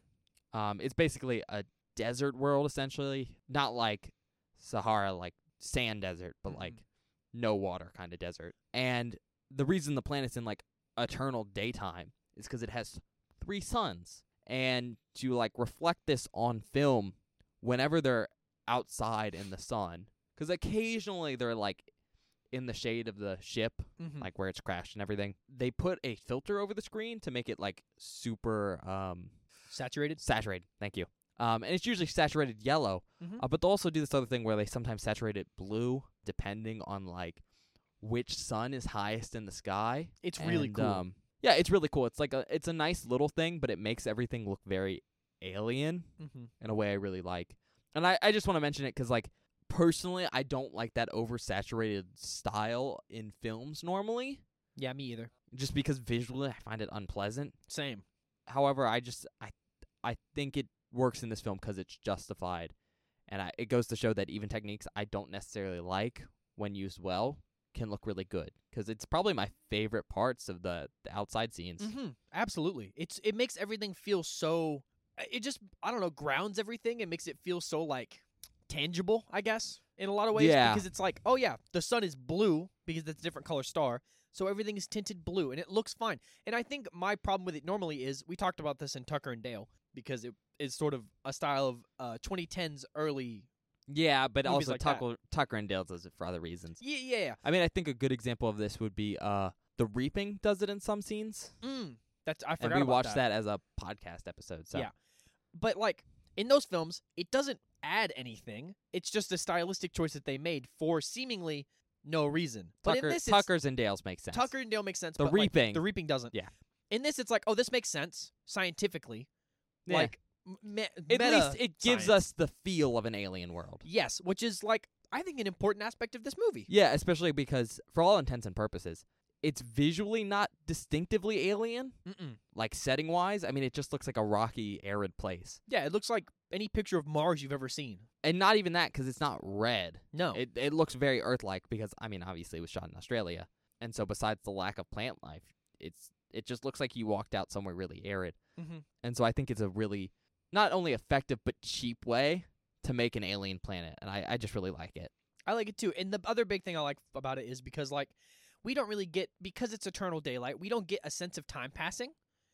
Um, it's basically a desert world essentially, not like Sahara, like sand desert, but Mhm. like no water kind of desert. And the reason the planet's in like eternal daytime is 'cause it has three suns, and to like reflect this on film, whenever they're outside in the sun, 'cause occasionally they're like in the shade of the ship Mm-hmm. like where it's crashed and everything. They put a filter over the screen to make it like super um Saturated. saturated. Thank you. Um, and it's usually saturated yellow, Mhm. uh, but they'll also do this other thing where they sometimes saturate it blue, depending on like which sun is highest in the sky. It's really And, cool. Um, yeah, it's really cool. It's like a it's a nice little thing, but it makes everything look very alien mm-hmm. in a way I really like. And I, I just want to mention it 'cause like, personally, I don't like that oversaturated style in films normally, Yeah, me either. just because visually I find it unpleasant. Same. However, I just, I, I think it works in this film 'cause it's justified. And I, it goes to show that even techniques I don't necessarily like, when used well, can look really good. 'Cause it's probably my favorite parts of the, the outside scenes. Mm-hmm. Absolutely. It's it makes everything feel so. uh, It just I don't know grounds everything and makes it feel so like tangible. I guess in a lot of ways Yeah. because it's like oh yeah the sun is blue because that's a different color star so everything is tinted blue and it looks fine. And I think my problem with it normally is we talked about this in Tucker and Dale because it is sort of a style of uh, 2010s early. Yeah, but Movies also like that. Tucker, Tucker and Dale does it for other reasons. Yeah yeah. I mean, I think a good example of this would be uh the reaping does it in some scenes, yeah. Mm. That's I forgot and we about watched that. as a podcast episode. So Yeah. But like in those films, it doesn't add anything. It's just a stylistic choice that they made for seemingly no reason. But Tucker, in this, it's- Tuckers and Dales make sense. Tucker and Dale makes sense. The but, like, reaping. the reaping doesn't. Yeah. In this, it's like, oh, this makes sense scientifically. Yeah. Like, m- me- at meta least it gives science. us the feel of an alien world. Yes, which is like I think an important aspect of this movie. Yeah, especially because for all intents and purposes, it's visually not distinctively alien, Mm-mm. like setting wise. I mean, it just looks like a rocky, arid place, Yeah, it looks like any picture of Mars you've ever seen. and not even that because it's not red. No. It it looks very Earth-like because I mean, obviously it was shot in Australia, and so besides the lack of plant life, it's it just looks like you walked out somewhere really arid. Mhm. And so I think it's a really not only effective but cheap way to make an alien planet, and I I just really like it. I like it too. And the other big thing I like about it is because like we don't really get because it's eternal daylight, we don't get a sense of time passing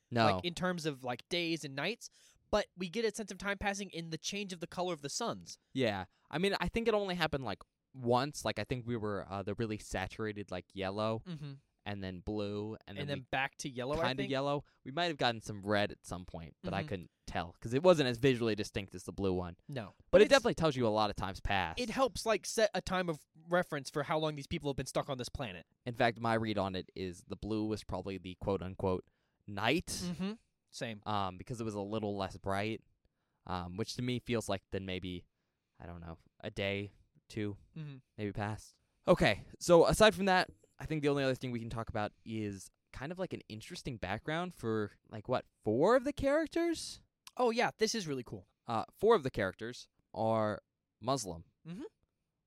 No, like in terms of like days and nights, but we get a sense of time passing in the change of the color of the suns. Yeah. I mean, I think it only happened like once. Like I think we were uh, the really saturated like yellow Mm-hmm. and then blue and, And, then, then back to yellow, I kind of think. yellow. We might have gotten some red at some point, but I Mhm. couldn't tell cuz it wasn't as visually distinct as the blue one. No. But, it it's- definitely tells you a lot of times past. it helps like set a time of reference for how long these people have been stuck on this planet. In fact, my read on it is the blue was probably the quote unquote night Mm-hmm. Same. um because it was a little less bright. Um which to me feels like then maybe I don't know, a day, two Mm-hmm. maybe past. Okay, so aside from that, I think the only other thing we can talk about is kind of like an interesting background for like what four of the characters. Oh yeah, this is really cool. Uh, four of the characters are Muslim, Mhm.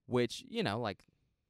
which you know, like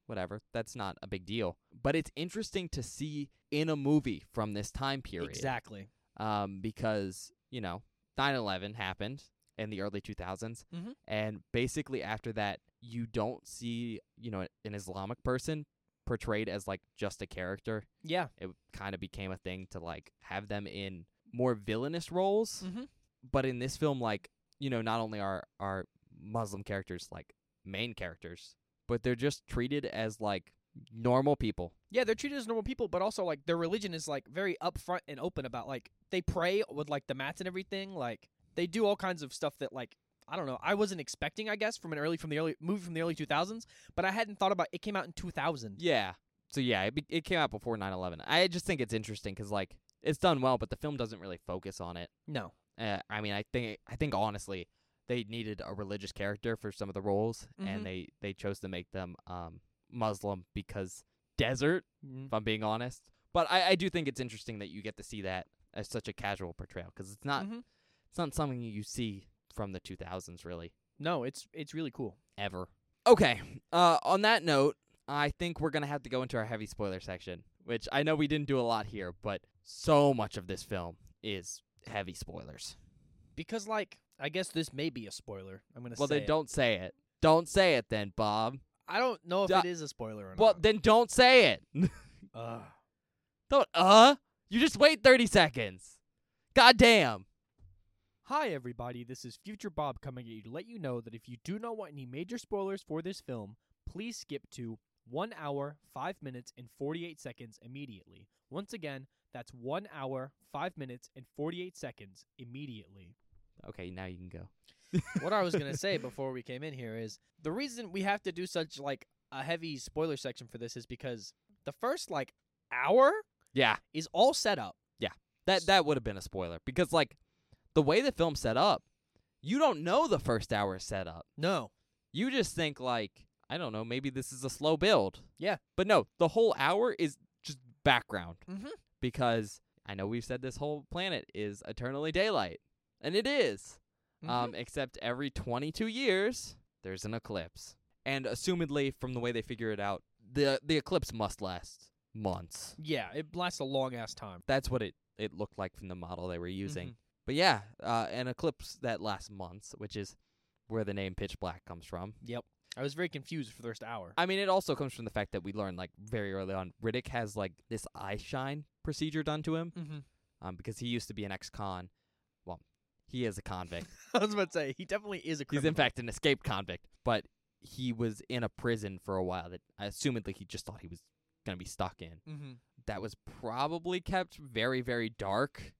whatever, that's not a big deal. But it's interesting to see in a movie from this time period, Exactly. um, because you know, 9/11 happened in the early 2000s, Mhm. and basically after that, you don't see you know an Islamic person portrayed as like just a character. Yeah. It kind of became a thing to like have them in more villainous roles, Mhm. but in this film, like you know, not only are are Muslim characters like main characters, but they're just treated as like normal people. Yeah, they're treated as normal people, but also like their religion is like very upfront and open about like they pray with like the mats and everything. Like they do all kinds of stuff that like I don't know. I wasn't expecting, I guess, from an early from the early movie from the early two thousands, but I hadn't thought about it. Came out in two thousand. Yeah. So yeah, it, be- it came out before 9/11. I just think it's interesting 'cause like it's done well, but the film doesn't really focus on it. No, Uh, I mean, I think I think honestly, they needed a religious character for some of the roles, Mhm. and they they chose to make them um Muslim because desert. Mm, If I'm being honest, but I I do think it's interesting that you get to see that as such a casual portrayal 'cause it's not Mhm. it's not something you see from the 2000s really no, it's it's really cool. ever. Okay. Uh, on that note, I think we're gonna have to go into our heavy spoiler section, which I know we didn't do a lot here, but so much of this film is heavy spoilers. because like I guess this may be a spoiler. I'm gonna well, say then it. don't say it. Don't say it then, Bob. I don't know if Duh. it is a spoiler or Well, not. then don't say it. Ugh. don't. Uh, you just wait thirty seconds. God damn. Hi, everybody. This is Future Bob coming at you to let you know that if you do not want any major spoilers for this film, please skip to 1 hour, 5 minutes, and 48 seconds immediately. Once again, that's 1 hour, 5 minutes, and 48 seconds immediately. Okay, now you can go. what I was going to say before we came in here is the reason we have to do such like a heavy spoiler section for this is because the first like hour Yeah, is all set up. that that would have been a spoiler because like the way the film's set up, you don't know the first hour is set up. No. you just think like i don't know maybe this is a slow build Yeah. but no the whole hour is just background Mhm. because i know we've said this whole planet is eternally daylight and it is. Mm-hmm. um, except every 22 years there's an eclipse and assumedly from the way they figure it out the the eclipse must last months yeah, it lasts a long ass time. that's what it it looked like from the model they were using but yeah uh, an eclipse that lasts months which is where the name pitch black comes from I was very confused for the first hour. I mean, it also comes from the fact that we learned like very early on, Riddick has like this eye shine procedure done to him Mm-hmm. um, because he used to be an ex-con. Well, he is a convict. I was about to say he definitely is a He's criminal. in fact an escaped convict, but he was in a prison for a while that I assumedly he just thought he was gonna be stuck in. mm-hmm. That was probably kept very very dark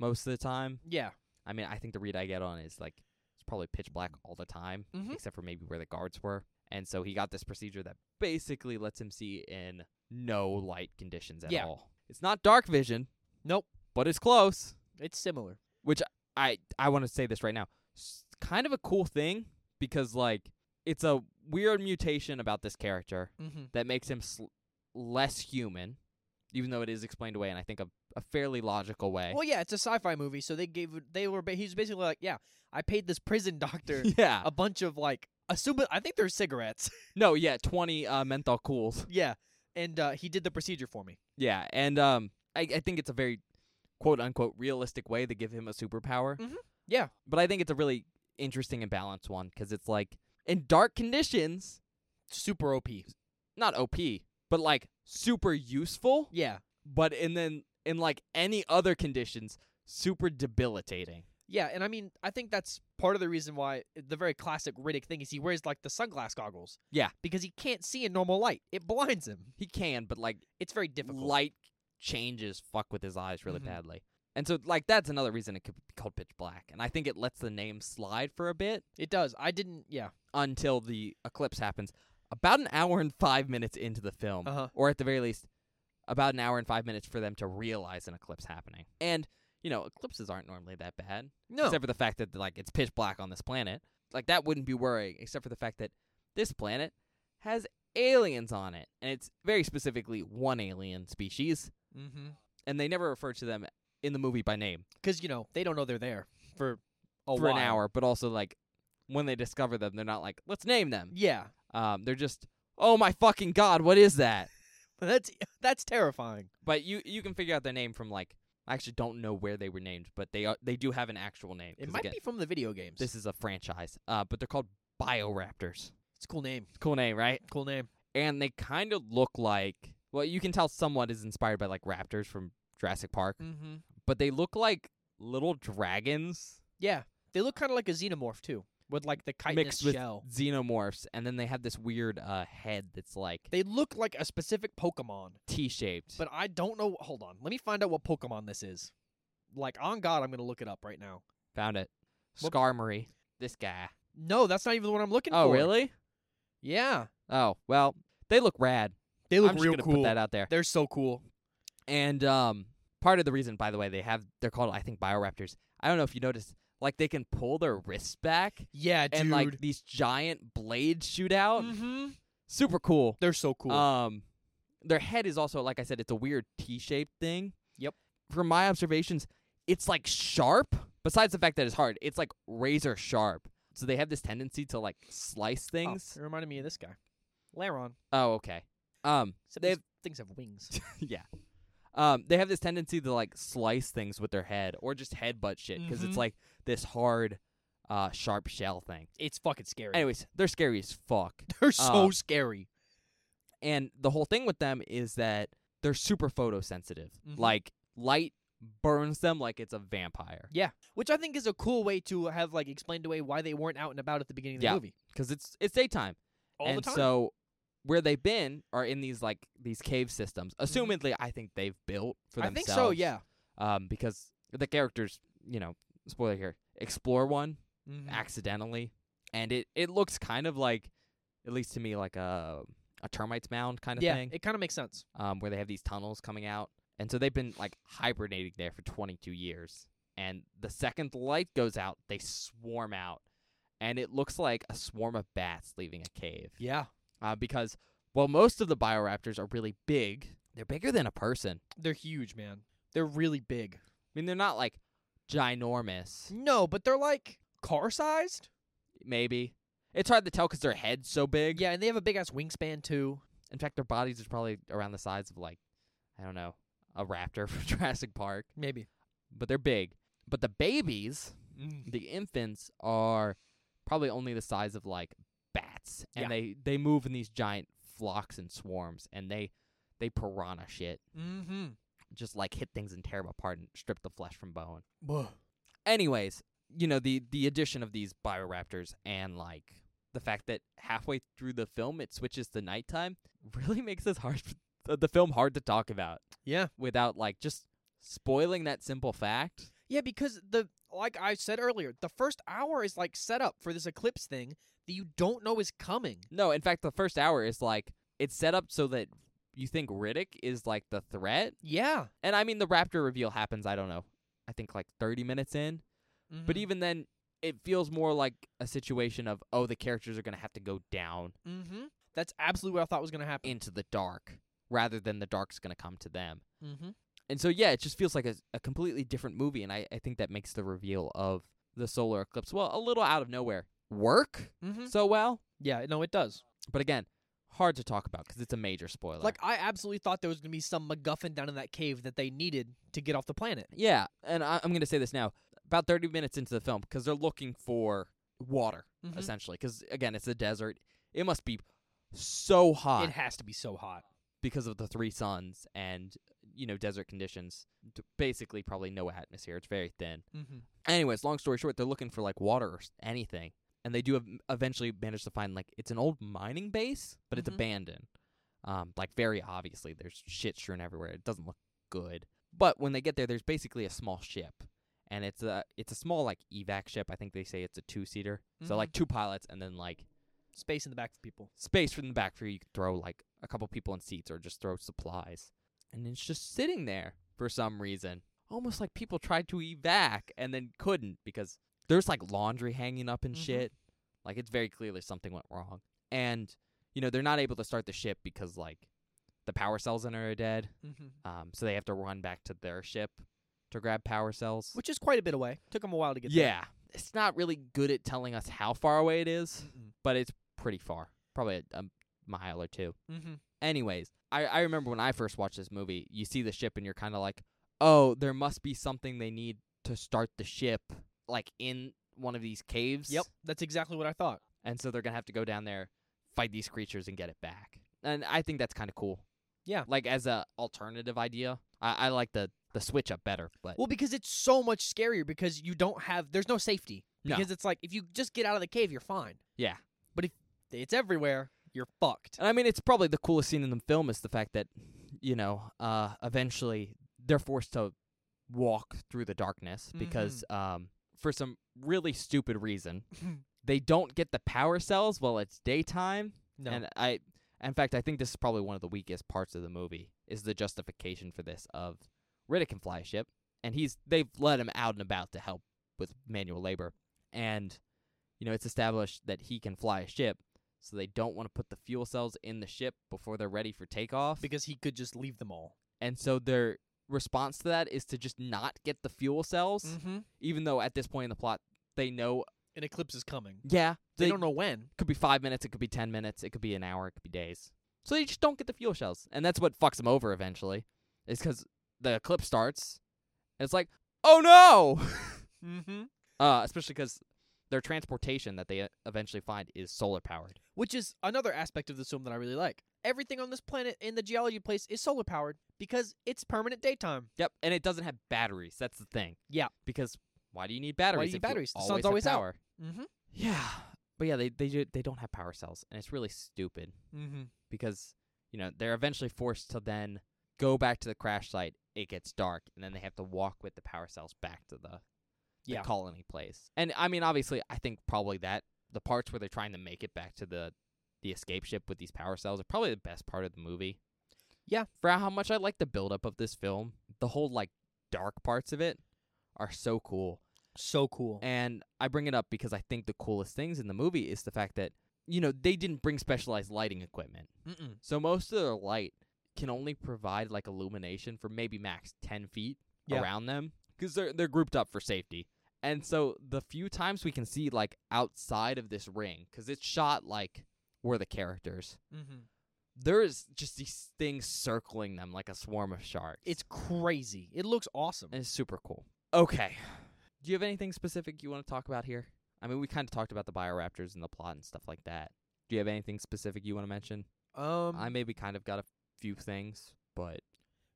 most of the time. Yeah, I mean, I think the read I get on is like it's probably pitch black all the time, Mhm. except for maybe where the guards were. And so he got this procedure that basically lets him see in no light conditions at Yeah. all. It's not dark vision. Nope. But it's close. It's similar. I I want to say this right now. S- kind of a cool thing because like it's a weird mutation about this character Mm-hmm. that makes him sl- less human, even though it is explained away in I think a, a fairly logical way. Well, yeah, it's a sci-fi movie, so they gave they were ba- he's basically like, yeah, I paid this prison doctor yeah. a bunch of like assume I think they're cigarettes. no. Yeah. Twenty uh, menthol cools. yeah, and uh, he did the procedure for me. Yeah. And um, I I think it's a very quote unquote realistic way to give him a superpower. Mhm. Yeah. But I think it's a really interesting and balanced one because it's like in dark conditions, Super OP. not OP, but like super useful. Yeah, but and then in like any other conditions, super debilitating. yeah, and I mean, I think that's part of the reason why the very classic Riddick thing is he wears like the sunglass goggles. Yeah. because he can't see in normal light; it blinds him. He can, but like It's very difficult. light changes fuck with his eyes really Mhm. badly. And so like that's another reason it could be called pitch black. And I think it lets the name slide for a bit It does. I didn't. Yeah. until the eclipse happens. About an hour and five minutes into the film. Uh-huh. Or at the very least, about an hour and five minutes for them to realize an eclipse happening. And, you know, eclipses aren't normally that bad. No. except for the fact that like it's pitch black on this planet. Like that wouldn't be worrying, except for the fact that this planet has aliens on it, and it's very specifically one alien species, mm-hmm. and they never refer to them in the movie by name Because you know they don't know they're there for a for while. an hour. But also like when they discover them, they're not like let's name them. Yeah, Um, they're just oh my fucking god, what is that? that's that's terrifying. But you you can figure out their name from like I actually don't know where they were named, but they are they do have an actual name. It 'cause might again, be from the video games. this is a franchise, uh, but they're called Bioraptors. it's a cool name. Cool name, right? Cool name. and they kind of look like well you can tell somewhat is inspired by like raptors from Jurassic Park Mm-hmm. but they look like little dragons Yeah, they look kind of like a xenomorph too, with like the chitinous Mixed with- shell. xenomorphs and then they have this weird uh head that's like They look like a specific Pokemon, T-shaped but I don't know. Hold on, let me find out what Pokemon this is. Like on God, I'm gonna look it up right now. found it What- Skarmory this guy No, that's not even the one I'm looking Oh for. really Yeah, Oh well they look rad they look I'm just real gonna cool. put that out there They're so cool. and um part of the reason by the way they have they're called I think bioraptors I don't know if you noticed like they can pull their wrists back Yeah, dude. and like oh, these giant blades shoot out hmm super cool they're so cool. Oh, Um, their head is also like I said, it's a weird T-shaped thing. Yep. From my observations, it's like sharp. Besides the fact that it's hard, it's like razor sharp. So they have this tendency to like slice Oh, things. it reminded me of this guy, Laron. Oh, okay. Um, Except They these things have wings. yeah. Um, they have this tendency to like slice things with their head or just headbutt shit because Mhm. it's like this hard, uh, sharp shell thing. it's fucking scary. Anyways, they're scary as fuck. they're so uh, scary. And the whole thing with them is that they're super photosensitive. Mhm. Like light burns them like it's a vampire Which I think is a cool way to have like explained away why they weren't out and about at the beginning of the Yeah. movie because it's it's daytime. all and the time. so where they've been are in these like these cave systems. Assumedly, I think they've built for Mm-hmm. I themselves. think so. Yeah. Um, because the characters, you know, spoiler here, explore one Mm-hmm. Mm. accidentally, and it it looks kind of like, at least to me, like a a termites mound kind of yeah, thing. it kind of makes sense. um, where they have these tunnels coming out. And so they've been like hibernating there for 22 years. And the second the light goes out, they swarm out. And it looks like a swarm of bats leaving a cave. Yeah, Uh, because, well, most of the bioraptors are really big. They're bigger than a person. they're huge, man. They're really big. I mean, they're not like ginormous, No, but they're like car sized. maybe. It's hard to tell because their head's so big. Yeah, and they have a big ass wingspan too. In fact, their bodies is probably around the size of like, I don't know, a raptor from Jurassic Park. Maybe. But they're big. But the babies, the infants are probably only the size of like bats and Yeah. they they move in these giant flocks and swarms and they they piranha shit Mm-hmm. just like hit things and tear them apart and strip the flesh from bone Whoa. anyways you know the the addition of these bioraptors and like the fact that halfway through the film it switches to nighttime really makes this hard uh, the- the film hard to talk about Yeah. without like just spoiling that simple fact Yeah, because the like I said earlier, the first hour is like set up for this eclipse thing that you don't know is coming. No, in fact, the first hour is like it's set up so that you think Riddick is like the threat, Yeah. and I mean the Raptor reveal happens. I don't know. I think like 30 minutes in, but Mhm. even then, it feels more like a situation of oh, the characters are gonna have to go down Mm-hmm. That's absolutely what I thought was going to happen. into the dark rather than the dark's gonna come to them. Mm-hmm. And so yeah, it just feels like a, a completely different movie, and I, I think that makes the reveal of the solar eclipse well a little out of nowhere work Mm-hmm. so well, Yeah, no, it does. but again, hard to talk about because it's a major spoiler. Like, I absolutely thought there was going to be some MacGuffin down in that cave that they needed to get off the planet. Yeah, and I, I'm going to say this now. About 30 minutes into the film, because they're looking for water, Mhm. essentially. 'Cause again, it's a desert. It must be so hot It has to be so hot. because of the three suns and you know desert conditions. D- Basically, probably no atmosphere. It's very thin. Mm-hmm. Anyways, long story short, they're looking for like water or s- anything, and they do ev- eventually manage to find like it's an old mining base, but it's Mhm. abandoned. Um, like very obviously, there's shit strewn everywhere. It doesn't look good. But when they get there, there's basically a small ship, and it's a it's a small like evac ship. I think they say it's a two seater, so Mhm. like two pilots and then like Space in the back for people. space from the back for you can throw like a couple people in seats or just throw supplies. And it's just sitting there for some reason. Almost like people tried to evac and then couldn't because there's like laundry hanging up and Mhm. shit. Like it's very clearly something went wrong. And, you know, they're not able to start the ship because like the power cells in it are dead. Mm-hmm. Um, so they have to run back to their ship to grab power cells. Which is quite a bit away. Took them a while to get there. yeah. It's not really good at telling us how far away it is, Mm-hmm. but it's pretty far. Probably a, a mile or two. Mm-hmm. Anyways, I, I remember when I first watched this movie, you see the ship and you're kind of like, oh, there must be something they need to start the ship, like in one of these caves. Yep, that's exactly what I thought. And so they're going to have to go down there, fight these creatures, and get it back. And I think that's kind of cool. Yeah. Like as a alternative idea, I, I like the, the switch up better. But Well, because it's so much scarier because you don't have there's no safety. No. Because it's like if you just get out of the cave, you're fine. Yeah. But if it's everywhere, you're fucked. And I mean, it's probably the coolest scene in the film is the fact that, you know, uh, eventually they're forced to walk through the darkness because, um, for some really stupid reason, they don't get the power cells while it's daytime. No. And I, in fact, I think this is probably one of the weakest parts of the movie is the justification for this of Riddick can fly a ship, and he's they've let him out and about to help with manual labor, and you know it's established that he can fly a ship, so they don't want to put the fuel cells in the ship before they're ready for takeoff, because he could just leave them all. and so their response to that is to just not get the fuel cells, Mm-hmm. even though at this point in the plot they know An eclipse is coming. yeah They, don't know when. could be five minutes, it could be ten minutes, it could be an hour, it could be days. So you just don't get the fuel shells, and that's what fucks them over eventually, is because the eclipse starts, and it's like, oh no! Mm-hmm. uh, especially because their transportation that they uh, eventually find is solar powered. Which is another aspect of this film that I really like. Everything on this planet in the geology place is solar powered because it's permanent daytime. Yep, and it doesn't have batteries. That's the thing. Yeah. because why do you need batteries? Why do you need if batteries? The sun's always have always out. power? Mm-hmm. Yeah, but yeah, they they do, they don't have power cells, and it's really stupid. Mm-hmm. because you know they're eventually forced to then go back to the crash site. It gets dark, and then they have to walk with the power cells back to the, the Yeah. colony place. And I mean, obviously, I think probably that the parts where they're trying to make it back to the the escape ship with these power cells are probably the best part of the movie. Yeah. for how much I like the build up of this film, the whole like dark parts of it are so cool. So cool. And I bring it up because I think the coolest things in the movie is the fact that you know they didn't bring specialized lighting equipment. Mm-mm. So most of the light can only provide like illumination for maybe max ten feet Yeah. around them because they're they're grouped up for safety. And so the few times we can see like outside of this ring, because it's shot like where the characters, Mm-hmm. there is just these things circling them like a swarm of sharks. It's crazy. It looks awesome. and it's super cool. Okay, do you have anything specific you want to talk about here? I mean, we kind of talked about the bioraptors and the plot and stuff like that. Do you have anything specific you want to mention? Um, I maybe kind of got a few things, but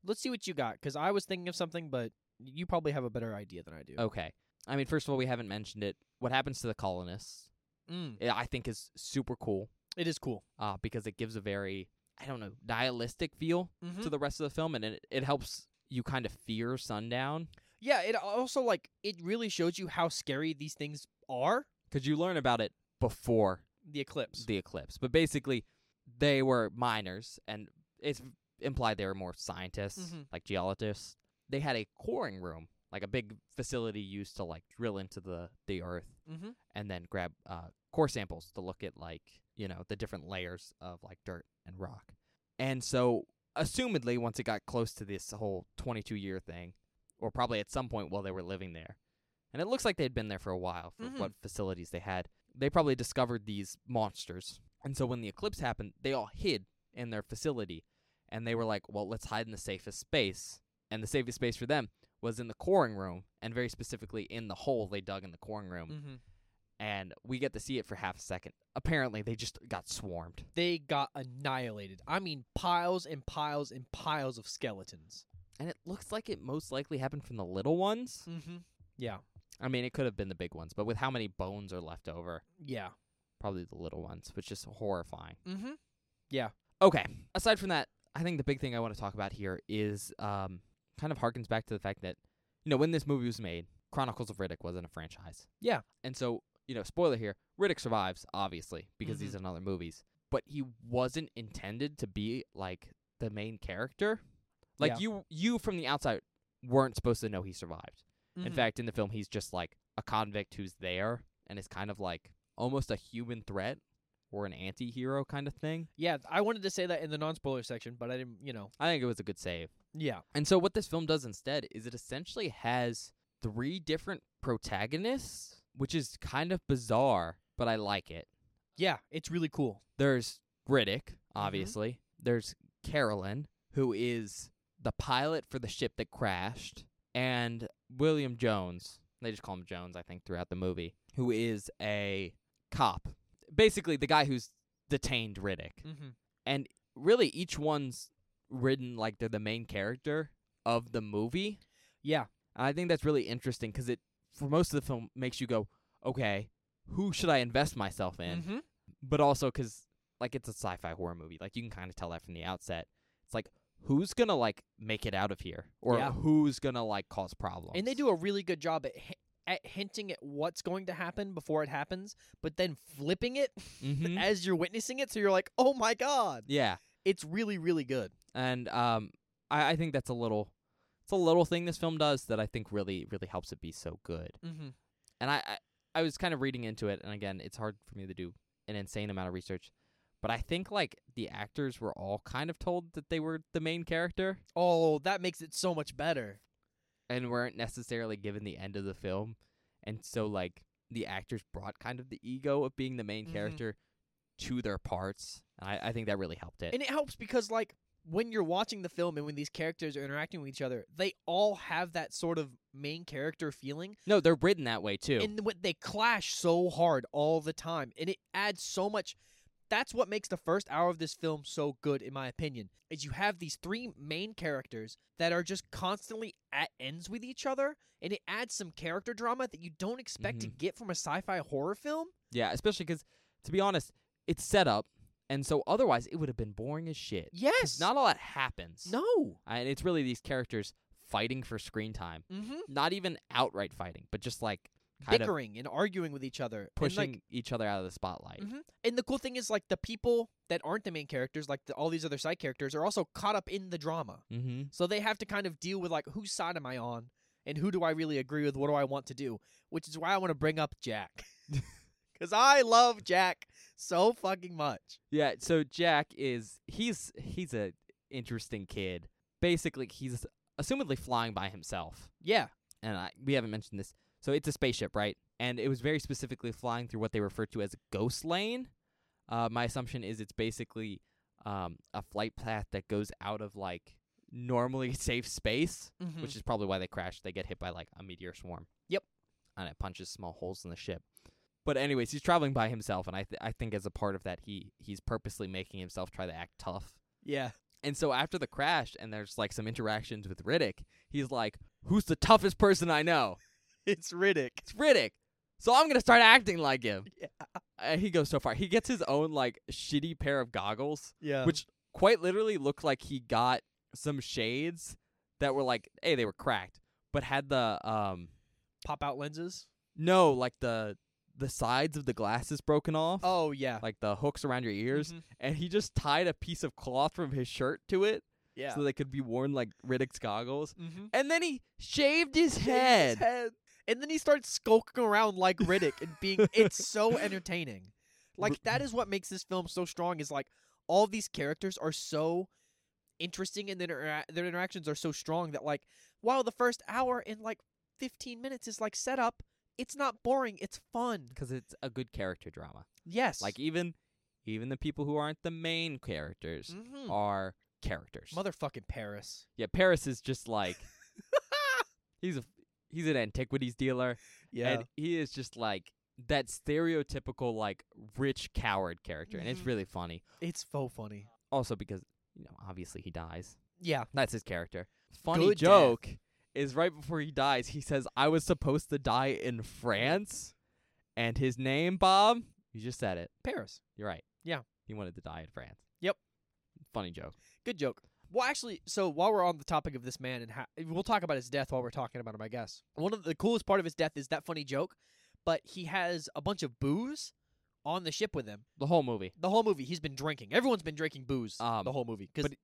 let's see what you got because I was thinking of something, but you probably have a better idea than I do. Okay. I mean, first of all, we haven't mentioned it. What happens to the colonists, eh, Mm, I I think, is super cool it is cool. uh, because it gives a very, I don't know, nihilistic feel Mm-hmm. to the rest of the film, and it, it helps you kind of fear Sundown. Yeah, it also like it really shows you how scary these things are. because you learn about it before The eclipse. the eclipse. But basically, they were miners, and it's implied they were more scientists, Mhm. like geologists. They had a coring room, like a big facility used to like drill into the the earth mm-hmm. and then grab uh, core samples to look at like you know the different layers of like dirt and rock. And so, assumedly, once it got close to this whole 22 year thing, or probably at some point while they were living there, and it looks like they'd been there for a while for Mhm. what facilities they had, they probably discovered these monsters. And so when the eclipse happened, they all hid in their facility, and they were like, "Well, let's hide in the safest space." And the safest space for them was in the coring room, and very specifically in the hole they dug in the coring room Mm-hmm. and we get to see it for half a second. Apparently, they just got swarmed. They got annihilated. I mean, piles and piles and piles of skeletons. And it looks like it most likely happened from the little ones. Mm-hmm. Yeah. I mean, it could have been the big ones, but with how many bones are left over, Yeah. probably the little ones, which is horrifying. Mm-hmm. Okay, aside from that, I think the big thing I want to talk about here is um, kind of harkens back to the fact that, you know, when this movie was made, Chronicles of Riddick wasn't a franchise. Yeah. And so, you know, spoiler here Riddick survives, obviously, because he's Mm-hmm. in other movies, but he wasn't intended to be like the main character. Like Yeah. you, you from the outside weren't supposed to know he survived. In Mhm. fact, in the film, he's just like a convict who's there and is kind of like almost a human threat or an anti hero kind of thing. Yeah, I wanted to say that in the non-spoiler section, but I didn't. You know. I think it was a good save. Yeah. And so what this film does instead is it essentially has three different protagonists, which is kind of bizarre, but I like it. Yeah. It's really cool. There's Riddick, obviously. There's Carolyn, who is the pilot for the ship that crashed, and William Jones. They just call him Jones, I think, throughout the movie, who is a cop. Basically, the guy who's detained Riddick Mm-hmm. really each one's written like they're the main character of the movie. Yeah. And I think that's really interesting because it, for most of the film, makes you go, okay, who should I invest myself in? Mm-hmm. But also because, like, it's a sci fi horror movie. Like, you can kind of tell that from the outset. It's like, who's going to, like, make it out of here? Or Yeah. who's going to, like, cause problems? And they do a really good job at hi- at hinting at what's going to happen before it happens, but then flipping it Mhm. as you're witnessing it, so you're like, "Oh my god, Yeah. it's really, really good." and um, I, I think that's a little. It's a little thing this film does that I think really, really helps it be so good. Mm-hmm. and I, I I was kind of reading into it, and again, it's hard for me to do an insane amount of research, but I think like the actors were all kind of told that they were the main character Oh, that makes it so much better. and weren't necessarily given the end of the film, and so like the actors brought kind of the ego of being the main Mhm. character to their parts, and I, I think that really helped it. And it helps because like when you're watching the film and when these characters are interacting with each other, they all have that sort of main character feeling no, they're written that way too. and what they clash so hard all the time and it adds so much that's what makes the first hour of this film so good in my opinion is you have these three main characters that are just constantly at ends with each other and it adds some character drama that you don't expect to Mm-hmm. get from a sci-fi horror film yeah, especially 'cause to be honest, it's set up, and so otherwise it would have been boring as shit. 'Cause yes Not a lot happens. no Uh, and it's really these characters fighting for screen time. mm-hmm. Not even outright fighting, but just like kind of bickering and arguing with each other pushing and, like, each other out of the spotlight. Mhm. and the cool thing is like the people that aren't the main characters like the, all these other side characters are also caught up in the drama Mm-hmm. So they have to kind of deal with like whose side am I on and who do I really agree with? What do I want to do? Which is why I want to bring up Jack. Cuz I love Jack so fucking much. Yeah, so Jack is he's he's a interesting kid. Basically, he's assumedly flying by himself, Yeah. and I, we haven't mentioned this. So it's a spaceship, right? And it was very specifically flying through what they refer to as ghost lane. Uh, my assumption is it's basically um, a flight path that goes out of like normally safe space. which is probably why they crash. They get hit by like a meteor swarm. Yep. And it punches small holes in the ship. But anyways, he's traveling by himself, and I th- I think as a part of that, he he's purposely making himself try to act tough. yeah. And so after the crash, and there's like some interactions with Riddick, he's like, "Who's the toughest person I know? It's Riddick. It's Riddick. So I'm gonna start acting like him." Yeah. And he goes so far. He gets his own like shitty pair of goggles Yeah. Which- quite literally looked like he got some shades that were like, hey, they were cracked, but had the um Pop out lenses. no like the the sides of the glasses broken off, Oh yeah. like the hooks around your ears, Mhm. and he just tied a piece of cloth from his shirt to it Yeah. so they could be worn like Riddick's goggles. mm-hmm. And then he shaved his head. And then he starts skulking around like Riddick and being it's so entertaining. Like that is what makes this film so strong is like all these characters are so interesting and their intera- their interactions are so strong that like while the first hour and like 15 minutes is like set up, it's not boring, it's fun. Because it's a good character drama. Yes. Like even even the people who aren't the main characters Mhm. are characters. motherfucking Paris. yeah, Paris is just like he's a he's an antiquities dealer. And he is just like that stereotypical like rich coward character. And it's Mhm. really funny. it's so funny. Also because, you know, obviously he dies. Yeah. That's his character. Funny Good death. joke is right before he dies, he says, I was supposed to die in France and his name, Bob. You just said it. Paris. You're right. Yeah. He wanted to die in France. Yep. Funny joke. Good joke. Well, actually, so while we're on the topic of this man, and ha- we'll talk about his death while we're talking about him, I guess. One of the coolest part of his death is that funny joke, but he has a bunch of booze on the ship with him. The whole movie. The whole movie, he's been drinking. Everyone's been drinking booze Um, the whole movie because, but-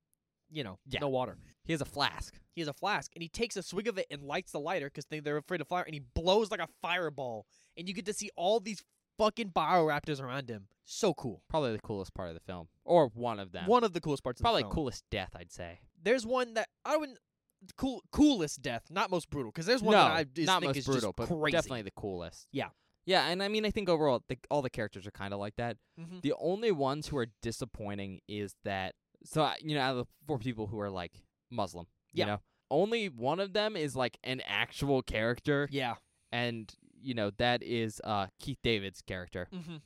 you know, Yeah. no water. He has a flask. He has a flask, and he takes a swig of it and lights the lighter because they, they're afraid of fire, and he blows like a fireball, and you get to see all these fucking bioraptors around him. So cool. Probably the coolest part of the film. Or one of them. One of the coolest parts. Probably of the film. coolest death, I'd say. There's one that I wouldn't cool coolest death, not most brutal, because there's one no, that I just not think most is brutal, just but crazy. definitely the coolest. Yeah. Yeah, and I mean, I think overall, the, all the characters are kind of like that. Mhm. The only ones who are disappointing is that so I- you know, out of the four people who are like Muslim, Yeah. you know, only one of them is like an actual character, Yeah. and you know that is uh, Keith David's character. Mm-hmm.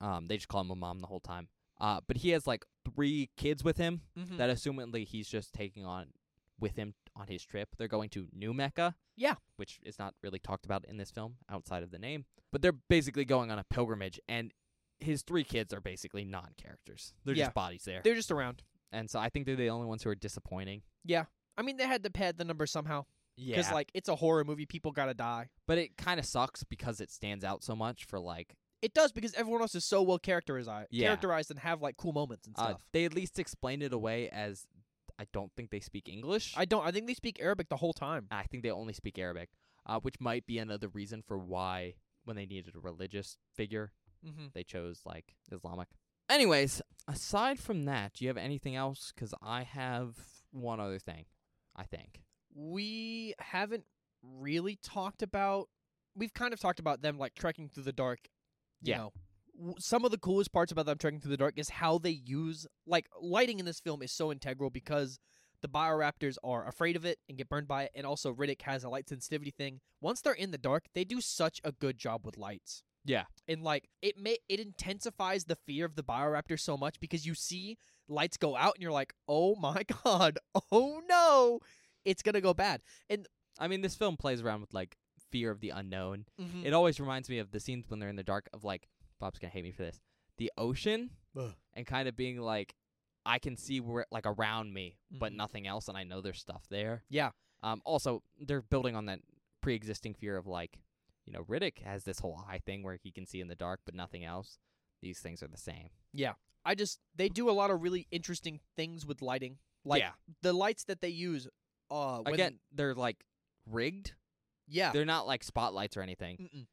Um, they just call him a mom the whole time. Uh, but he has like three kids with him Mm-hmm. that, assumedly, he's just taking on with him on his trip. They're going to New Mecca, Yeah. which is not really talked about in this film outside of the name. But they're basically going on a pilgrimage, and his three kids are basically non-characters. They're Yeah. just bodies there, They're just around. and so I think they're the only ones who are disappointing. I mean, they had to pad the number somehow Yeah, because like it's a horror movie, people gotta die. but it kind of sucks because it stands out so much for like It does because everyone else is so well characterized, Yeah. characterized and have like cool moments and uh, stuff. they at least explained it away as I don't think they speak English. I don't. I think they speak Arabic the whole time. I think they only speak Arabic, uh, which might be another reason for why when they needed a religious figure, Mm-hmm. they chose like Islamic. Anyways, aside from that, do you have anything else? 'Cause I have one other thing. I think. we haven't really talked about we've kind of talked about them like trekking through the dark you Yeah. know W- some of the coolest parts about them trekking through the dark is how they use like lighting in this film is so integral because the bioraptors are afraid of it and get burned by it and also riddick has a light sensitivity thing once they're in the dark they do such a good job with lights Yeah. and like it may it intensifies the fear of the bioraptor so much because you see lights go out and you're like oh my god oh no it's gonna go bad I mean, this film plays around with like fear of the unknown. mm-hmm. It always reminds me of the scenes when they're in the dark of like Bob's gonna hate me for this. The ocean Ugh. and kind of being like, I can see where like around me, but Mhm. nothing else, and I know there's stuff there. Yeah. Um. Also, they're building on that pre-existing fear of like, you know, Riddick has this whole eye thing where he can see in the dark, but nothing else. These things are the same. I just they do a lot of really interesting things with lighting. Like yeah. the lights that they use uh when, Again, they're like rigged. yeah. They're not like spotlights or anything. Mm-mm.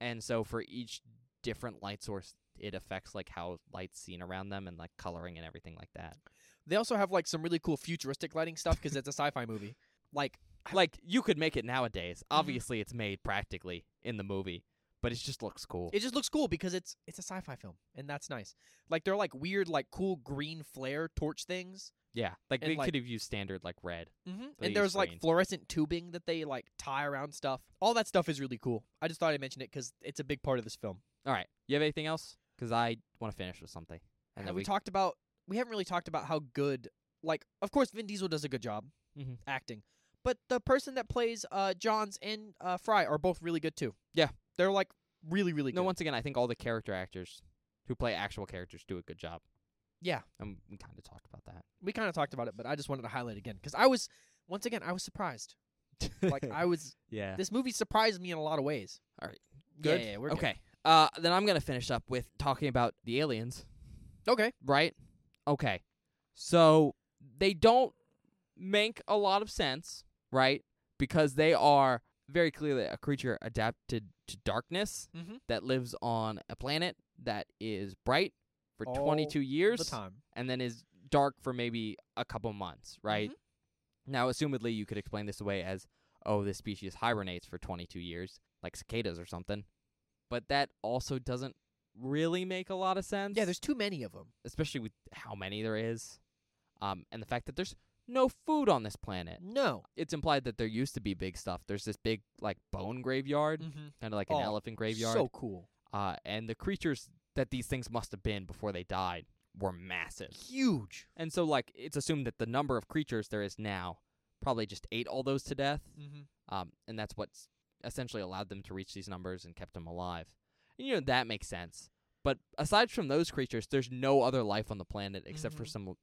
and so for each different light source it affects like how light's seen around them and like coloring and everything like that They also have like some really cool futuristic lighting stuff because it's a sci-fi movie. Like like you could make it nowadays Mm-hmm. obviously it's made practically in the movie but it just looks cool it just looks cool because it's it's a sci-fi film and that's nice. Like they're like weird like cool green flare torch things. yeah like and, they like- could have used standard like red Mm-hmm. they use And there's green. like fluorescent tubing that they like tie around stuff. All that stuff is really cool. I just thought I'd mention it because it's a big part of this film. all right you have anything else because i want to finish with something and And then we, talked about we haven't really talked about how good like of course Vin Diesel does a good job Mhm. acting, but the person that plays uh Johns and uh Fry are both really good too. Yeah. they're like really really no good. once again i think all the character actors who play actual characters do a good job Yeah. and we kind of talked about that we kind of talked about it, but I just wanted to highlight again because I was once again I was surprised. Like I was yeah. this movie surprised me in a lot of ways. All right. Yeah, Good. Yeah, yeah, we're good. okay. Uh, then I'm gonna finish up with talking about the aliens, Okay. right? Okay. So they don't make a lot of sense, right? Because they are very clearly a creature adapted to darkness Mhm. that lives on a planet that is bright for All 22 years The time. and then is dark for maybe a couple months, Mm-hmm. right? Now, assumedly, you could explain this away as, oh, this species hibernates for 22 years, like cicadas or something. But that also doesn't really make a lot of sense. Yeah, there's too many of them. especially with how many there is, um, and the fact that there's no food on this planet. No. It's implied that there used to be big stuff. There's this big like bone graveyard, kind of like Oh, an elephant graveyard. So cool. uh, and the creatures that these things must have been before they died were massive. Huge. And so, like, it's assumed that the number of creatures there is now probably just ate all those to death, Mm-hmm. um, and that's what's essentially allowed them to reach these numbers and kept them alive. And, you know, that makes sense. But aside from those creatures, there's no other life on the planet except for Mhm. some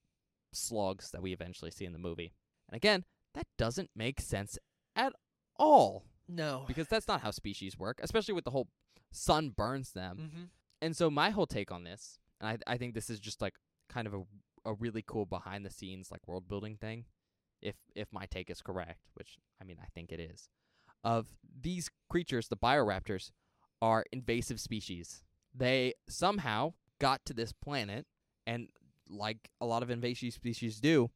slugs that we eventually see in the movie. And again, that doesn't make sense at all No. because that's not how species work, especially with the whole sun burns them. Mm-hmm. And so my whole take on this, and I I think this is just like kind of a a really cool behind the scenes like world building thing, if if my take is correct, which I mean I think it is, of these creatures, the bioraptors, are invasive species. They somehow got to this planet, and like a lot of invasive species do,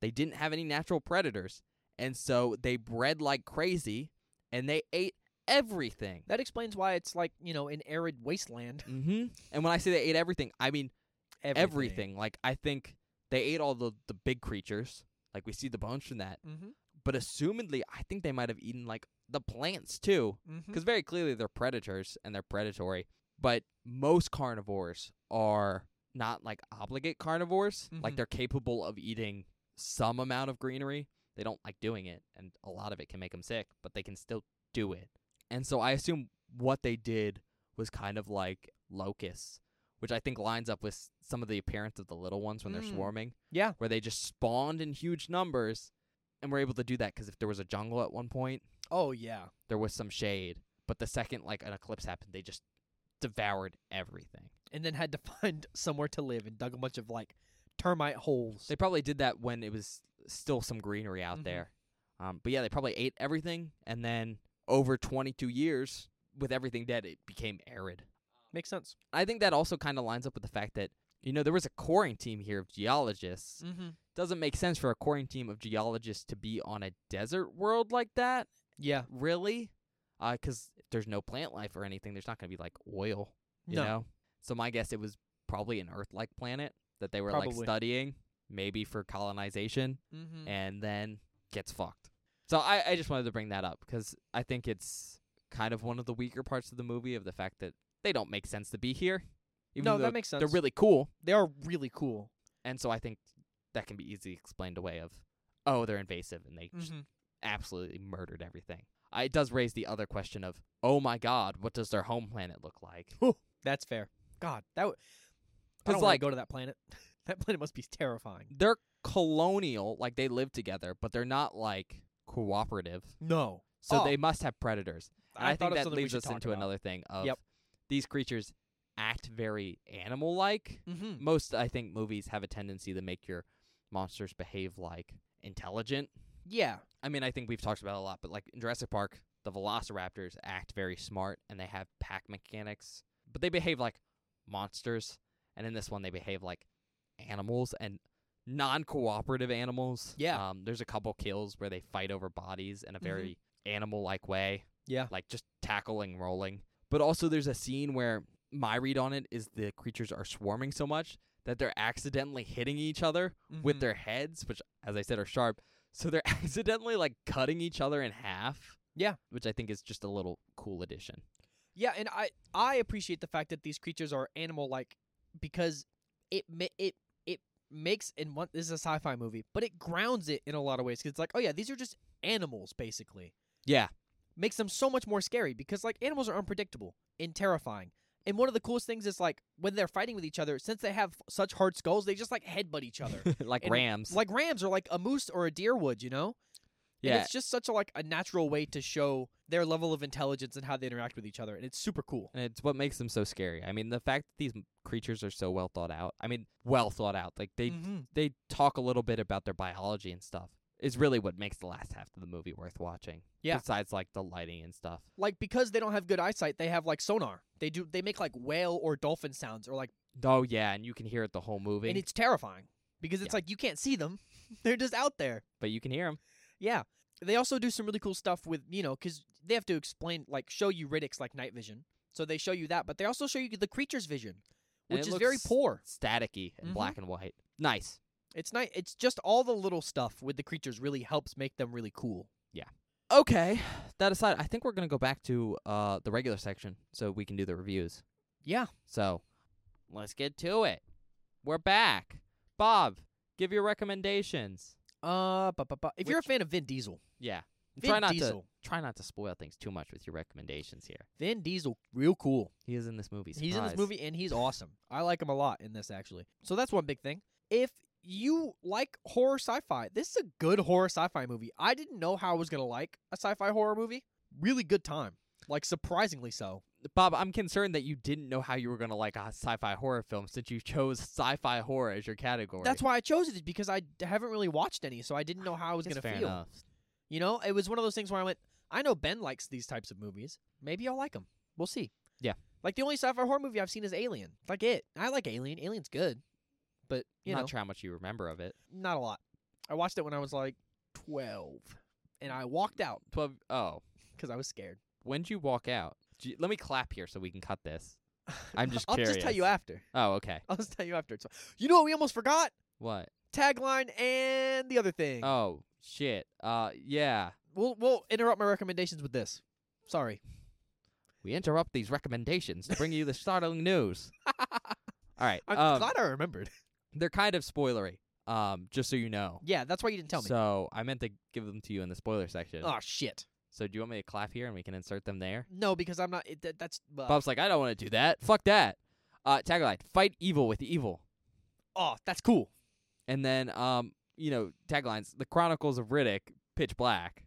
they didn't have any natural predators, and so they bred like crazy, and they ate everything. That explains why it's like, you know, an arid wasteland. hmm And when I say they ate everything, I mean everything. Like I think they ate all the the big creatures. Like we see the bones from that. Mm-hmm. But assumedly, I think they might have eaten like the plants too, Mm-hmm. because very clearly they're predators and they're predatory. But most carnivores are not like obligate carnivores. Mhm. Like they're capable of eating some amount of greenery. They don't like doing it, and a lot of it can make them sick, but they can still do it. And so I assume what they did was kind of like locusts, which I think lines up with s- some of the appearance of the little ones when they're Mm. swarming. Yeah. Where they just spawned in huge numbers and were able to do that because if there was a jungle at one point, Oh yeah. there was some shade. But the second like an eclipse happened, they just devoured everything. And then had to find somewhere to live and dug a bunch of like termite holes. They probably did that when it was still some greenery out Mhm. there. Um, but yeah, they probably ate everything and then over 22 years with everything dead, it became arid. Makes sense. I think that also kind of lines up with the fact that you know there was a coring team here of geologists. Mm-hmm. Doesn't make sense for a coring team of geologists to be on a desert world like that, Yeah. really? Because if there's no plant life or anything. There's not going to be like oil, you no. know. So my guess it was probably an Earth-like planet that they were like Probably. studying, maybe for colonization, Mm-hmm. and then gets fucked. So I, I just wanted to bring that up because I think it's kind of one of the weaker parts of the movie of the fact that they don't make sense to be here. Even No, though that makes sense. they're really cool. they are really cool. And so I think that can be easily explained away of, oh, they're invasive and they just Mm-hmm. absolutely murdered everything. Uh, it does raise the other question of, oh my God, what does their home planet look like? That's fair. God, that w- I 'Cause, don't wanna like- go to that planet. that planet must be terrifying. They're colonial, like they live together, but they're not like cooperative. No, So Oh. they must have predators. And I, thought think of that something we leads should us talk into about. another thing of Yep. these creatures act very animal like. Mm-hmm. Most, I think, movies have a tendency to make your monsters behave like intelligent Yeah, I mean, I think we've talked about it a lot, but like in Jurassic Park, the velociraptors act very smart and they have pack mechanics, but they behave like monsters. And in this one, they behave like animals and non cooperative animals. Yeah. Um, there's a couple kills where they fight over bodies in a very animal like way. Yeah. Like just tackling, rolling. But also, there's a scene where my read on it is the creatures are swarming so much that they're accidentally hitting each other with Mhm. their heads, which, as I said, are sharp. So they're accidentally like cutting each other in half. Yeah. Which I think is just a little cool addition. yeah, and I I appreciate the fact that these creatures are animal like because it ma- it it makes in one this is a sci-fi movie, but it grounds it in a lot of ways because it's like oh yeah these are just animals basically Yeah. makes them so much more scary because like animals are unpredictable and terrifying. And one of the coolest things is like when they're fighting with each other, since they have such hard skulls, they just like headbutt each other. like And, rams. like rams or like a moose or a deer would, you know? And Yeah. it's just such a like a natural way to show their level of intelligence and how they interact with each other, and it's super cool. And it's what makes them so scary. I mean, the fact that these m- creatures are so well thought out. I mean, well thought out. Like they Mhm. they talk a little bit about their biology and stuff. Is really what makes the last half of the movie worth watching. Yeah. Besides like the lighting and stuff. Like because they don't have good eyesight, they have like sonar. They do they make like whale or dolphin sounds or like Oh yeah, and you can hear it the whole movie, and it's terrifying because it's Yeah. like you can't see them. They're just out there. but you can hear them. Yeah. They also do some really cool stuff with, you know, 'cause they have to explain, like, show you Riddick's, like, night vision. So they show you that, but they also show you the creature's vision, And which it is very looks poor. Staticky and Mhm. black and white. Nice. It's nice. It's just all the little stuff with the creatures really helps make them really cool. Okay. That aside, I think we're gonna go back to uh the regular section so we can do the reviews. Yeah. So let's get to it. We're back. Bob, give your recommendations. Uh, but, but, but if you're a Which- fan of Vin Diesel, Yeah. Vin try not Diesel, to try not to spoil things too much with your recommendations here. Vin Diesel, real cool. He is in this movie. He's in this surprise. movie and he's awesome. I like him a lot in this actually. So that's one big thing. If you like horror sci-fi, this is a good horror sci-fi movie. I didn't know how I was gonna like a sci-fi horror movie. Really good time. Like surprisingly so. Bob, I'm concerned that you didn't know how you were gonna like a sci-fi horror film since you chose sci-fi horror as your category. That's why I chose it is because I d- haven't really watched any, so I didn't know how I was It's gonna fair feel. enough. You know, it was one of those things where I went, I know Ben likes these types of movies. Maybe I'll like them. We'll see. Yeah. Like the only sci-fi horror movie I've seen is Alien. Like it. I like Alien. Alien's good, but you not know, sure how much you remember of it. not a lot. I watched it when I was like 12, and I walked out Twelve. Oh, because I was scared. when'd you walk out? J- let me clap here so we can cut this. I'm just I'll just tell you curious. after. Oh, okay. I'll just tell you after. It's fine. You know what we almost forgot? What? Tagline and the other thing. Oh shit. Uh, yeah. we'll we'll interrupt my recommendations with this. Sorry. We interrupt these recommendations to bring you the startling news. All right. I'm um, glad I remembered. They're kind of spoilery. Um, just so you know. yeah, that's why you didn't tell me. So I meant to give them to you in the spoiler section. oh shit. So do you want me to clap here and we can insert them there? No, because I'm not. It, that, that's uh, Bob's like, I don't want to do that. Fuck that. Uh, tagline: Fight evil with evil. oh, that's cool. And then, um, you know, taglines: The Chronicles of Riddick, Pitch Black,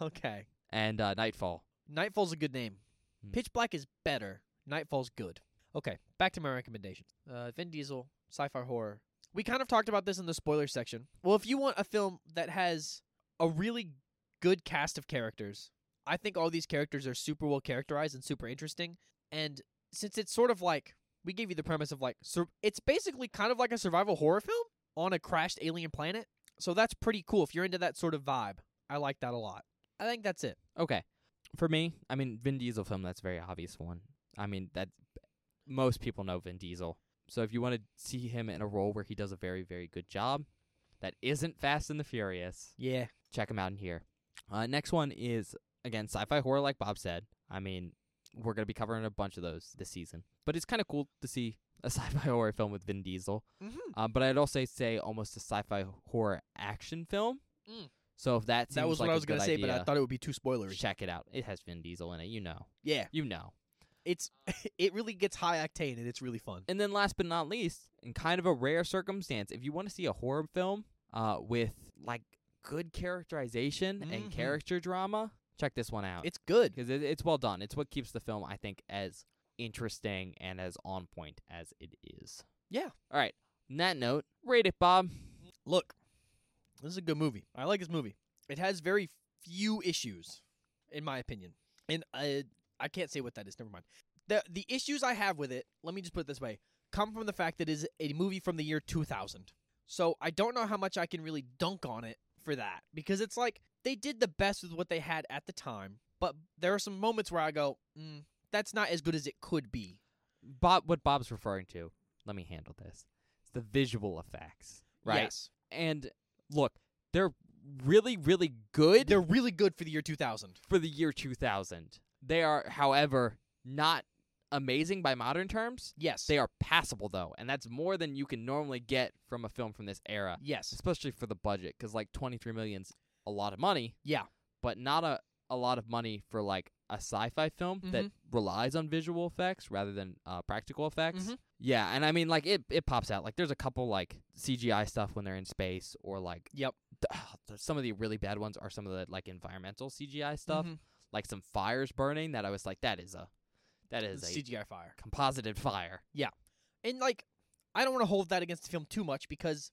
Okay. and uh, Nightfall. Nightfall's a good name. Hmm. Pitch Black is better. Nightfall's good. Okay, back to my recommendations. Uh, Vin Diesel, sci-fi horror. We kind of talked about this in the spoiler section. Well, if you want a film that has a really good cast of characters, I think all these characters are super well characterized and super interesting. And since it's sort of like we gave you the premise of like sur- it's basically kind of like a survival horror film on a crashed alien planet. So that's pretty cool if you're into that sort of vibe. I like that a lot. I think that's it. Okay. For me, I mean, Vin Diesel film, that's a very obvious one. I mean, that most people know Vin Diesel. So if you want to see him in a role where he does a very, very good job that isn't Fast and the Furious, Yeah. check him out in here. Uh, next one is, again, sci fi horror, like Bob said. I mean, we're going to be covering a bunch of those this season. But it's kind of cool to see a sci fi horror film with Vin Diesel. Mm-hmm. Um, but I'd also say almost a sci fi horror action film. Mm. So if that seems That was like what I a was gonna good say, idea, but I thought it would be too spoilery. Check it out. It has Vin Diesel in it. You know. Yeah, You know. it's it really gets high octane and it's really fun. And then last but not least, in kind of a rare circumstance, if you want to see a horror film uh, with like good characterization and Mhm. character drama, check this one out. It's good. Because it, it's well done. It's what keeps the film, I think, as interesting and as on point as it is. Yeah. All right. On that note, rate it, Bob. Look, this is a good movie. I like this movie. It has very few issues, in my opinion, and I I can't say what that is. Never mind. the The issues I have with it, let me just put it this way, come from the fact that it is a movie from the year 2000. So I don't know how much I can really dunk on it for that because it's like they did the best with what they had at the time, but there are some moments where I go, mm, that's not as good as it could be. Bob, what Bob's referring to, let me handle this. It's the visual effects, right? Yes. And look, they're really, really good. They're really good for the year 2000. for the year 2000. They are, however, not amazing by modern terms. Yes. They are passable, though, and that's more than you can normally get from a film from this era, Yes. especially for the budget, because like 23 million's a lot of money. Yeah. But not a, a lot of money for like a sci fi film that Mm-hmm. relies on visual effects rather than uh, practical effects. Mhm. Yeah, and I mean, like, it, it pops out. Like, there's a couple, like, CGI stuff when they're in space or, like, Yep. some of the really bad ones are some of the like environmental CGI stuff, Mhm. like some fires burning that I was like, that is a that is a CGI fire. composited fire. And like, I don't want to hold that against the film too much because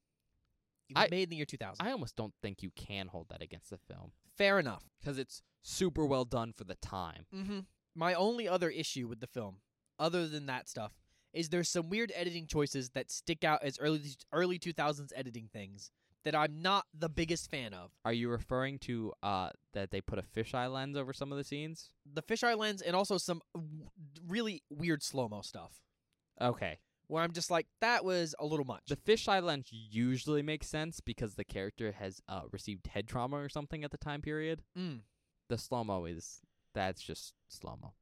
it was I- made in the year 2000. I almost don't think you can hold that against the film Fair enough. because it's super well done for the time. Mm-hmm. My only other issue with the film, other than that stuff, is there's some weird editing choices that stick out as early early 2000s editing things that I'm not the biggest fan of. Are you referring to uh that they put a fisheye lens over some of the scenes? The fisheye lens and also some w- really weird slow mo stuff Okay. where I'm just like, that was a little much. The fisheye lens usually makes sense because the character has uh, received head trauma or something at the time period. Mm. The slow mo is that's just slow mo.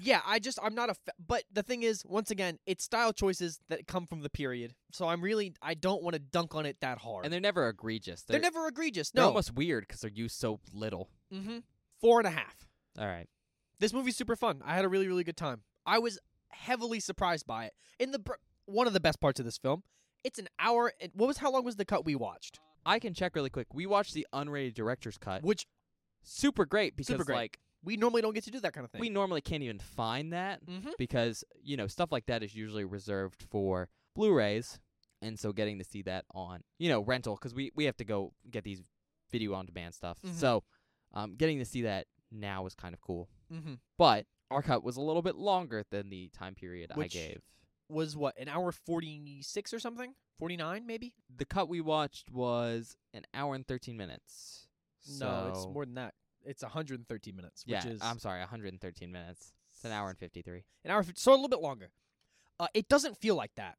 yeah, I just I'm not a. Fa- but the thing is, once again, it's style choices that come from the period, so I'm really I don't want to dunk on it that hard. And they're never egregious. they're, They're, never egregious. they're No, almost weird because they're used so little. mm-hmm. four and a half. All right. this movie's super fun. I had a really really good time. I was heavily surprised by it. In the br- one of the best parts of this film, it's an hour. And what was how long was the cut we watched? I can check really quick. We watched the unrated director's cut. Which Super great because Super great. like we normally don't get to do that kind of thing. we normally can't even find that mm-hmm. because you know stuff like that is usually reserved for Blu-rays, and so getting to see that on you know rental because we we have to go get these video on demand stuff. Mhm. So um, getting to see that now was kind of cool, Mm-hmm. but our cut was a little bit longer than the time period Which- I gave. Was what an hour forty six or something? Forty nine maybe? The cut we watched was an hour and thirteen minutes. No, it's So- more than that. It's 113 minutes, Yeah, which is I'm sorry, 113 minutes. It's an hour and 53. an hour, fif- so a little bit longer. Uh, it doesn't feel like that.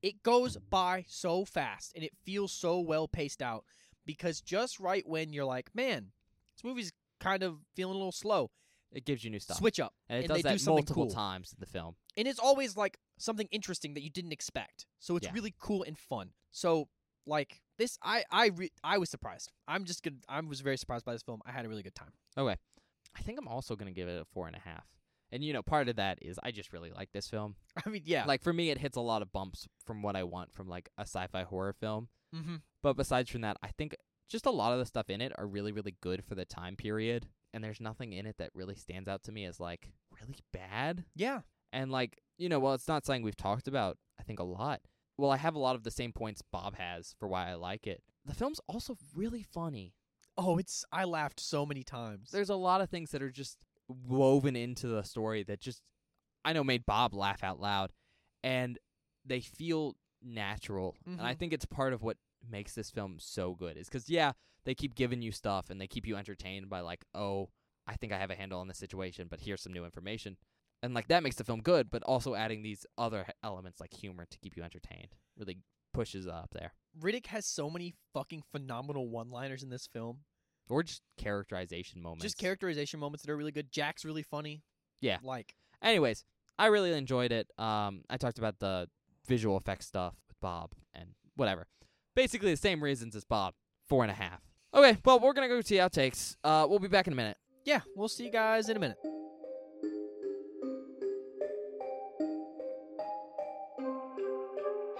It goes by so fast, and it feels so well paced out because just right when you're like, man, this movie's kind of feeling a little slow, It gives you new stuff, switch up, and it and does they do that something multiple cool. times in the film. and it's always like something interesting that you didn't expect. So it's Yeah. really cool and fun. So like this, I I re- I was surprised. I'm just gonna. I was very surprised by this film. I had a really good time. I think I'm also gonna give it a four and a half. And you know, part of that is I just really like this film. I mean, yeah, Like for me, it hits a lot of bumps from what I want from like a sci-fi horror film. mm-hmm. But besides from that, I think just a lot of the stuff in it are really, really good for the time period. And there's nothing in it that really stands out to me as like really bad. yeah. And like, you know, well, it's not something we've talked about, I think, a lot. Well, I have a lot of the same points Bob has for why I like it. The film's also really funny. Oh, it's I laughed so many times. There's a lot of things that are just woven into the story that just, I know, made Bob laugh out loud. And they feel natural. And I Mhm. think it's part of what makes this film so good is because, yeah, they keep giving you stuff and they keep you entertained by, like, oh, I think I have a handle on this situation, but here's some new information. And like that makes the film good, but also adding these other h- elements like humor to keep you entertained really pushes it up there. Riddick has so many fucking phenomenal one-liners in this film. Or just characterization moments. Just characterization moments that are really good. Jack's really funny. Yeah. Like Anyways, I really enjoyed it. Um, I talked about the visual effects stuff with Bob and whatever. Basically, the same reasons as Bob. Four and a half. Okay, well, we're gonna go to the outtakes. Uh, we'll be back in a minute. yeah, we'll see you guys in a minute.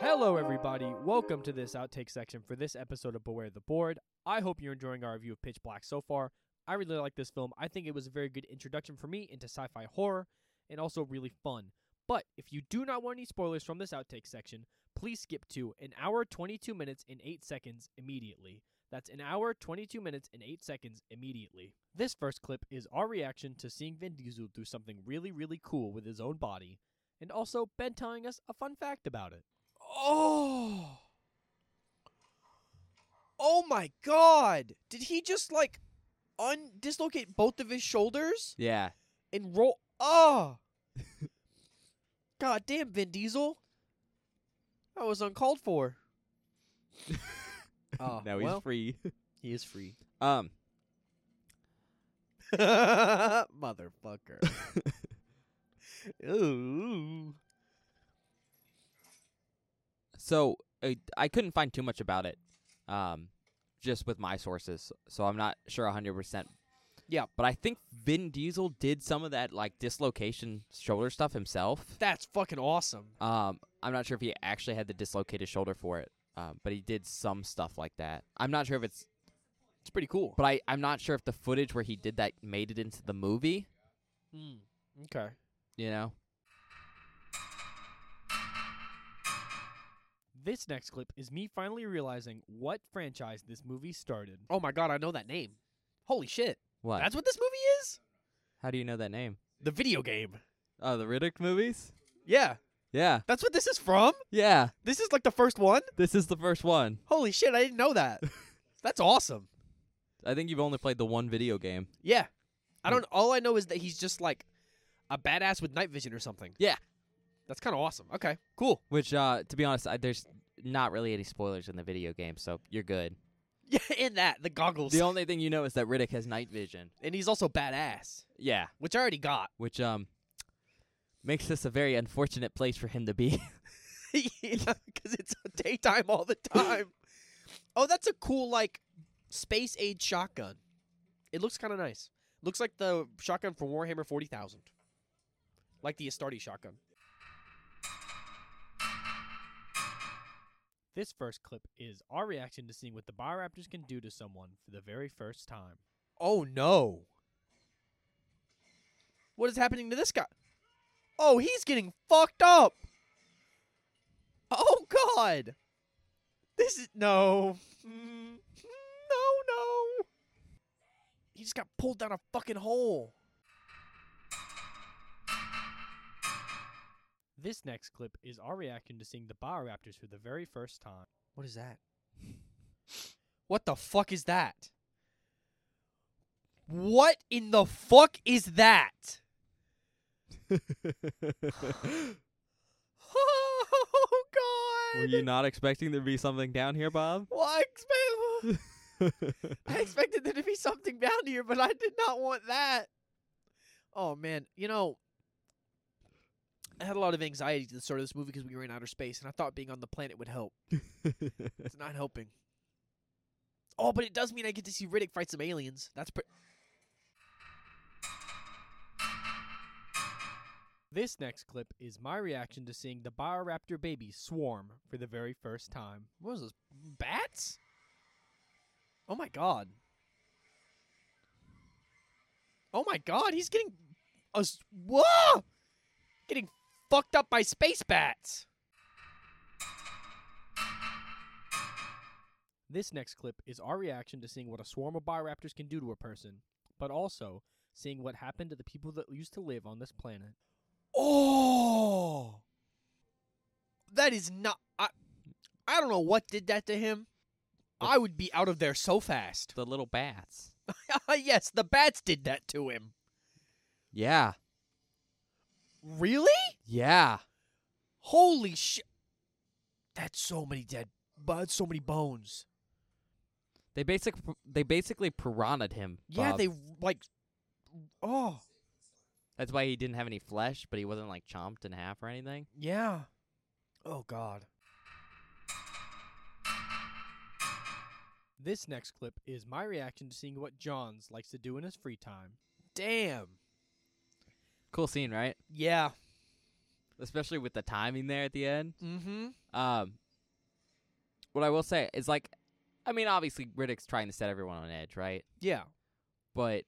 Hello everybody. Welcome to this outtake section for this episode of Beware the Board. I hope you're enjoying our review of Pitch Black so far. I really like this film. I think it was a very good introduction for me into sci-fi horror and also really fun. But if you do not want any spoilers from this outtake section, please skip to an hour 22 minutes and 8 seconds immediately. That's an hour 22 minutes and 8 seconds immediately. This first clip is our reaction to seeing Vin Diesel do something really really cool with his own body and also Ben telling us a fun fact about it. Oh. Oh my god. Did he just like un dislocate both of his shoulders? Yeah, and roll. Oh, god damn, Vin Diesel, that was uncalled for. Oh, well, free. he is free. um, Motherfucker. Ooh. so uh, I couldn't find too much about it, um, just with my sources, so I'm not sure 100%. Yeah. But I think Vin Diesel did some of that like dislocation shoulder stuff himself. That's fucking awesome. Um, I'm not sure if he actually had the dislocated shoulder for it, um, but he did some stuff like that. I'm not sure if it's It's pretty cool. But I, I'm not sure if the footage where he did that made it into the movie. Mm. Okay. You know, This next clip is me finally realizing what franchise this movie started. Oh my god, I know that name. Holy shit. what? That's what this movie is? How do you know that name? The video game. Oh, the Riddick movies. Yeah. Yeah, That's what this is from? yeah. This is like the first one? This is the first one. Holy shit, I didn't know that. That's awesome. I think you've only played the one video game. Yeah. I don't all I know is that he's just like a badass with night vision or something. Yeah. That's kind of awesome. Okay. Cool. Which, uh, to be honest, I, there's not really any spoilers in the video game, so you're good. Yeah, in that, the goggles. The only thing you know is that Riddick has night vision. and he's also badass, Yeah, which I already got. which um makes this a very unfortunate place for him to be. because it's daytime all the time. oh, that's a cool like space age shotgun. It looks kind of nice. Looks like the shotgun from Warhammer Forty Thousand, like the Astarte shotgun. This first clip is our reaction to seeing what the Bioraptors can do to someone for the very first time. Oh no! What is happening to this guy? Oh, he's getting fucked up! Oh God! This is no, Mm. no, no. He just got pulled down a fucking hole. This next clip is our reaction to seeing the Bioraptors for the very first time. What is that? What the fuck is that? What in the fuck is that? Oh God! Were you not expecting there to be something down here, Bob? Well, I, expect, I expected there to be something down here, but I did not want that. Oh man, you know, I had a lot of anxiety to the start of this movie because we were in outer space, and I thought being on the planet would help. It's not helping. Oh, but it does mean I get to see Riddick fight some aliens. That's pretty. This next clip is my reaction to seeing the Bioraptor baby swarm for the very first time. What was this? Bats? Oh my god. Oh my god, he's getting. A, s- whoa! Getting fucked up by space bats! This next clip is our reaction to seeing what a swarm of bioraptors can do to a person, but also seeing what happened to the people that used to live on this planet. Oh, that is not. I, I don't know what did that to him. I would be out of there so fast. the little bats. yes, the bats did that to him. Yeah, Really? yeah. Holy shit! That's so many dead. But so many bones. They basic they basically piranha'd him. Yeah, Bob. they like. Oh. That's why he didn't have any flesh, but he wasn't like chomped in half or anything. Yeah. Oh God. This next clip is my reaction to seeing what Johns likes to do in his free time. Damn. Cool scene, right? Yeah. Especially with the timing there at the end. Mm-hmm. Um, what I will say is like, I mean, obviously Riddick's trying to set everyone on edge, right? Yeah. But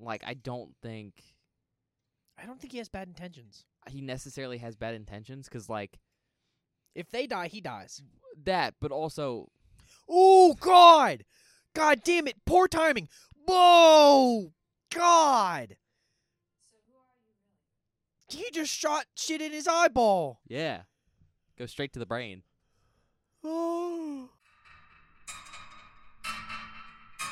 like, I don't think I don't think he has bad intentions. he necessarily has bad intentions, 'cause like If they die, he dies. that, but also Oh God! God damn it! Poor timing. Whoa! God! He just shot shit in his eyeball. yeah, go straight to the brain.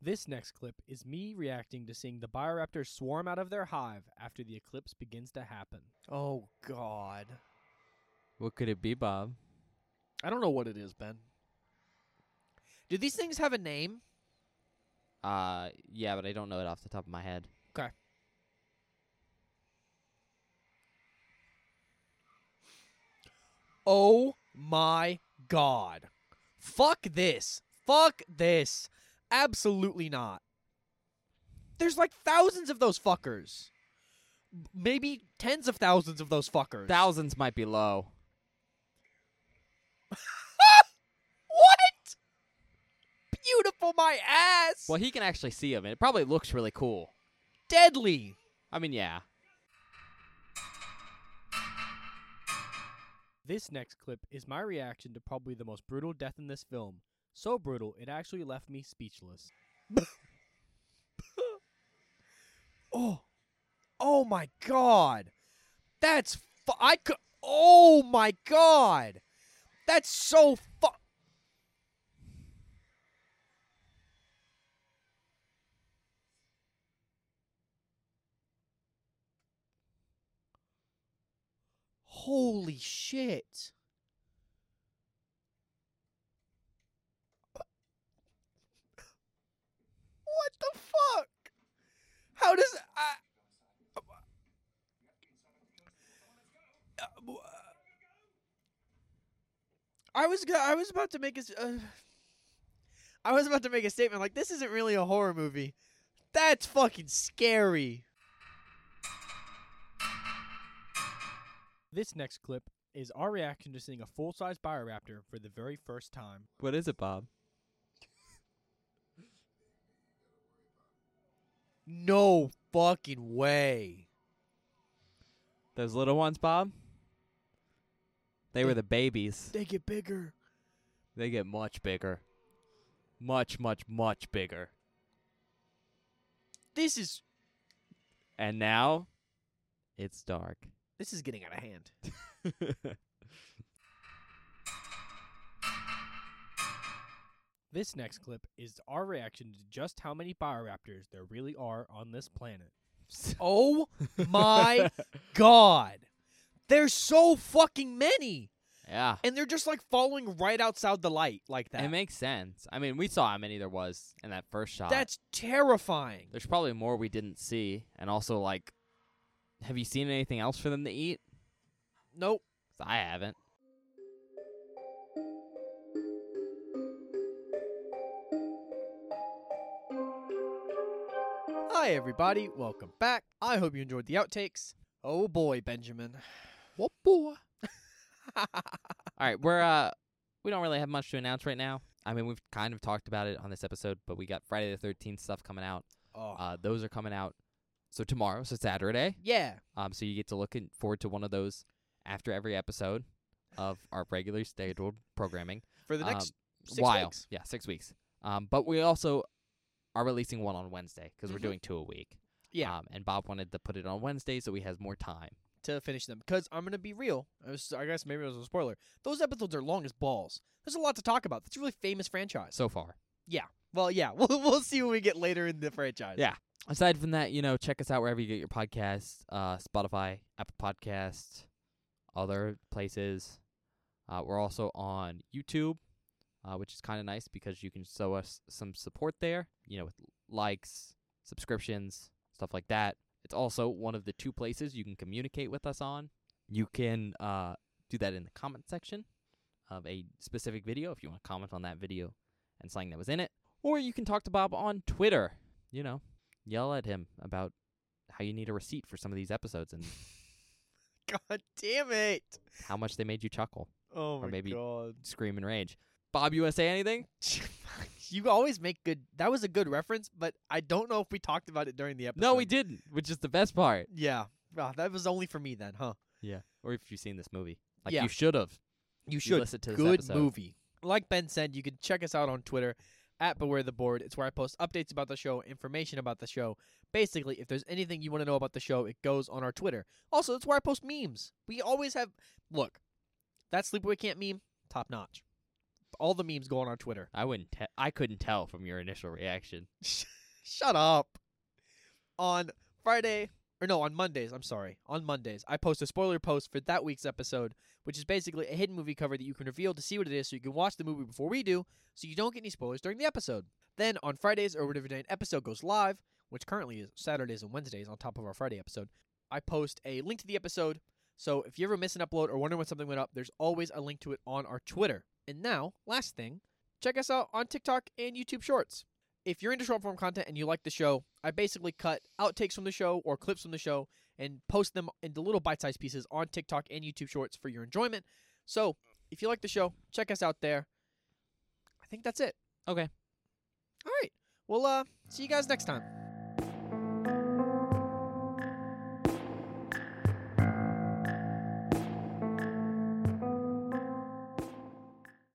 this next clip is me reacting to seeing the Bioraptors swarm out of their hive after the eclipse begins to happen. Oh, God. What could it be, Bob? I don't know what it is, Ben. Do these things have a name? Uh, yeah, but I don't know it off the top of my head. Oh my God. Fuck this. Fuck this. Absolutely not. There's like thousands of those fuckers. M- Maybe tens of thousands of those fuckers. Thousands might be low. What? beautiful, my ass. Well, he can actually see him, and it probably looks really cool. Deadly. I mean, yeah. This next clip is my reaction to probably the most brutal death in this film. So brutal, it actually left me speechless. oh. Oh my god. That's fu- I could Oh my god. That's so fu- Holy shit. What the fuck? How does I Uh, w- I was go- I was about to make a s- uh, I was about to make a statement like this isn't really a horror movie. That's fucking scary. This next clip is our reaction to seeing a full-size Bioraptor for the very first time. What is it, Bob? No fucking way. Those little ones, Bob? They were They- the babies. They get bigger. They get much bigger. Much, much, much bigger. This is And now, it's dark. this is getting out of hand. This next clip is our reaction to just how many Bioraptors there really are on this planet. Oh my god. There's so fucking many. yeah. And they're just like following right outside the light like that. It makes sense. I mean, we saw how many there was in that first shot. That's terrifying. There's probably more we didn't see. And also, like, have you seen anything else for them to eat? Nope. 'Cause I haven't. Hi everybody, welcome back. I hope you enjoyed the outtakes. Oh boy, Benjamin. What boy? All right, we're uh we don't really have much to announce right now. I mean, we've kind of talked about it on this episode, but we got Friday the 13th stuff coming out. Oh. Uh those are coming out so tomorrow, so Saturday. yeah. Um so you get to look in- forward to one of those after every episode of our regular scheduled programming. For the Um, next six while. weeks. Yeah, 6 weeks. Um but we also are releasing one on Wednesday because we're Mhm. doing two a week. Yeah. Um, and Bob wanted to put it on Wednesday so he has more time. to finish them because I'm gonna be real. I, was, I guess maybe it was a spoiler. Those episodes are long as balls. There's a lot to talk about. That's a really famous franchise. So far. Well, yeah, we'll we'll see when we get later in the franchise. Yeah. aside from that, you know, check us out wherever you get your podcasts, uh, Spotify, Apple Podcasts, other places. Uh, we're also on YouTube, uh, which is kind of nice because you can show us some support there, you know, with likes, subscriptions, stuff like that. It's also one of the two places you can communicate with us on. You can uh, do that in the comment section of a specific video if you want to comment on that video and something that was in it. Or you can talk to Bob on Twitter, you know yell at him about how you need a receipt for some of these episodes and God damn it. how much they made you chuckle, Oh Or my maybe- god. scream, and rage. Bob, you want to say anything? you always make good. That was a good reference, but I don't know if we talked about it during the episode. No, we didn't, which is the best part. Yeah. Ah, that was only for me then, huh? Yeah. Or if you've seen this movie, like Yeah. you should have. You You should. listened to this good episode. movie. Like Ben said, you can check us out on Twitter at Beware the Board. It's where I post updates about the show, information about the show. Basically, if there's anything you want to know about the show, it goes on our Twitter. Also, that's where I post memes. We always have. Look, that Sleepaway Camp meme, top notch. All the memes go on our Twitter. I wouldn't. Te- I couldn't tell from your initial reaction. Shut up. On Friday, or no, on Mondays, I'm sorry. On Mondays, I post a spoiler post for that week's episode, which is basically a hidden movie cover that you can reveal to see what it is so you can watch the movie before we do, so you don't get any spoilers during the episode. Then on Fridays, or whatever day an episode goes live, which currently is Saturdays and Wednesdays on top of our Friday episode, I post a link to the episode. So if you ever miss an upload or wonder when something went up, there's always a link to it on our Twitter. And now, last thing, check us out on TikTok and YouTube Shorts if you're into short form content and you like the show, I basically cut outtakes from the show or clips from the show and post them into little bite sized pieces on TikTok and YouTube Shorts for your enjoyment. So if you like the show, check us out there. I think that's it. Okay. All right. Well, uh, see you guys next time.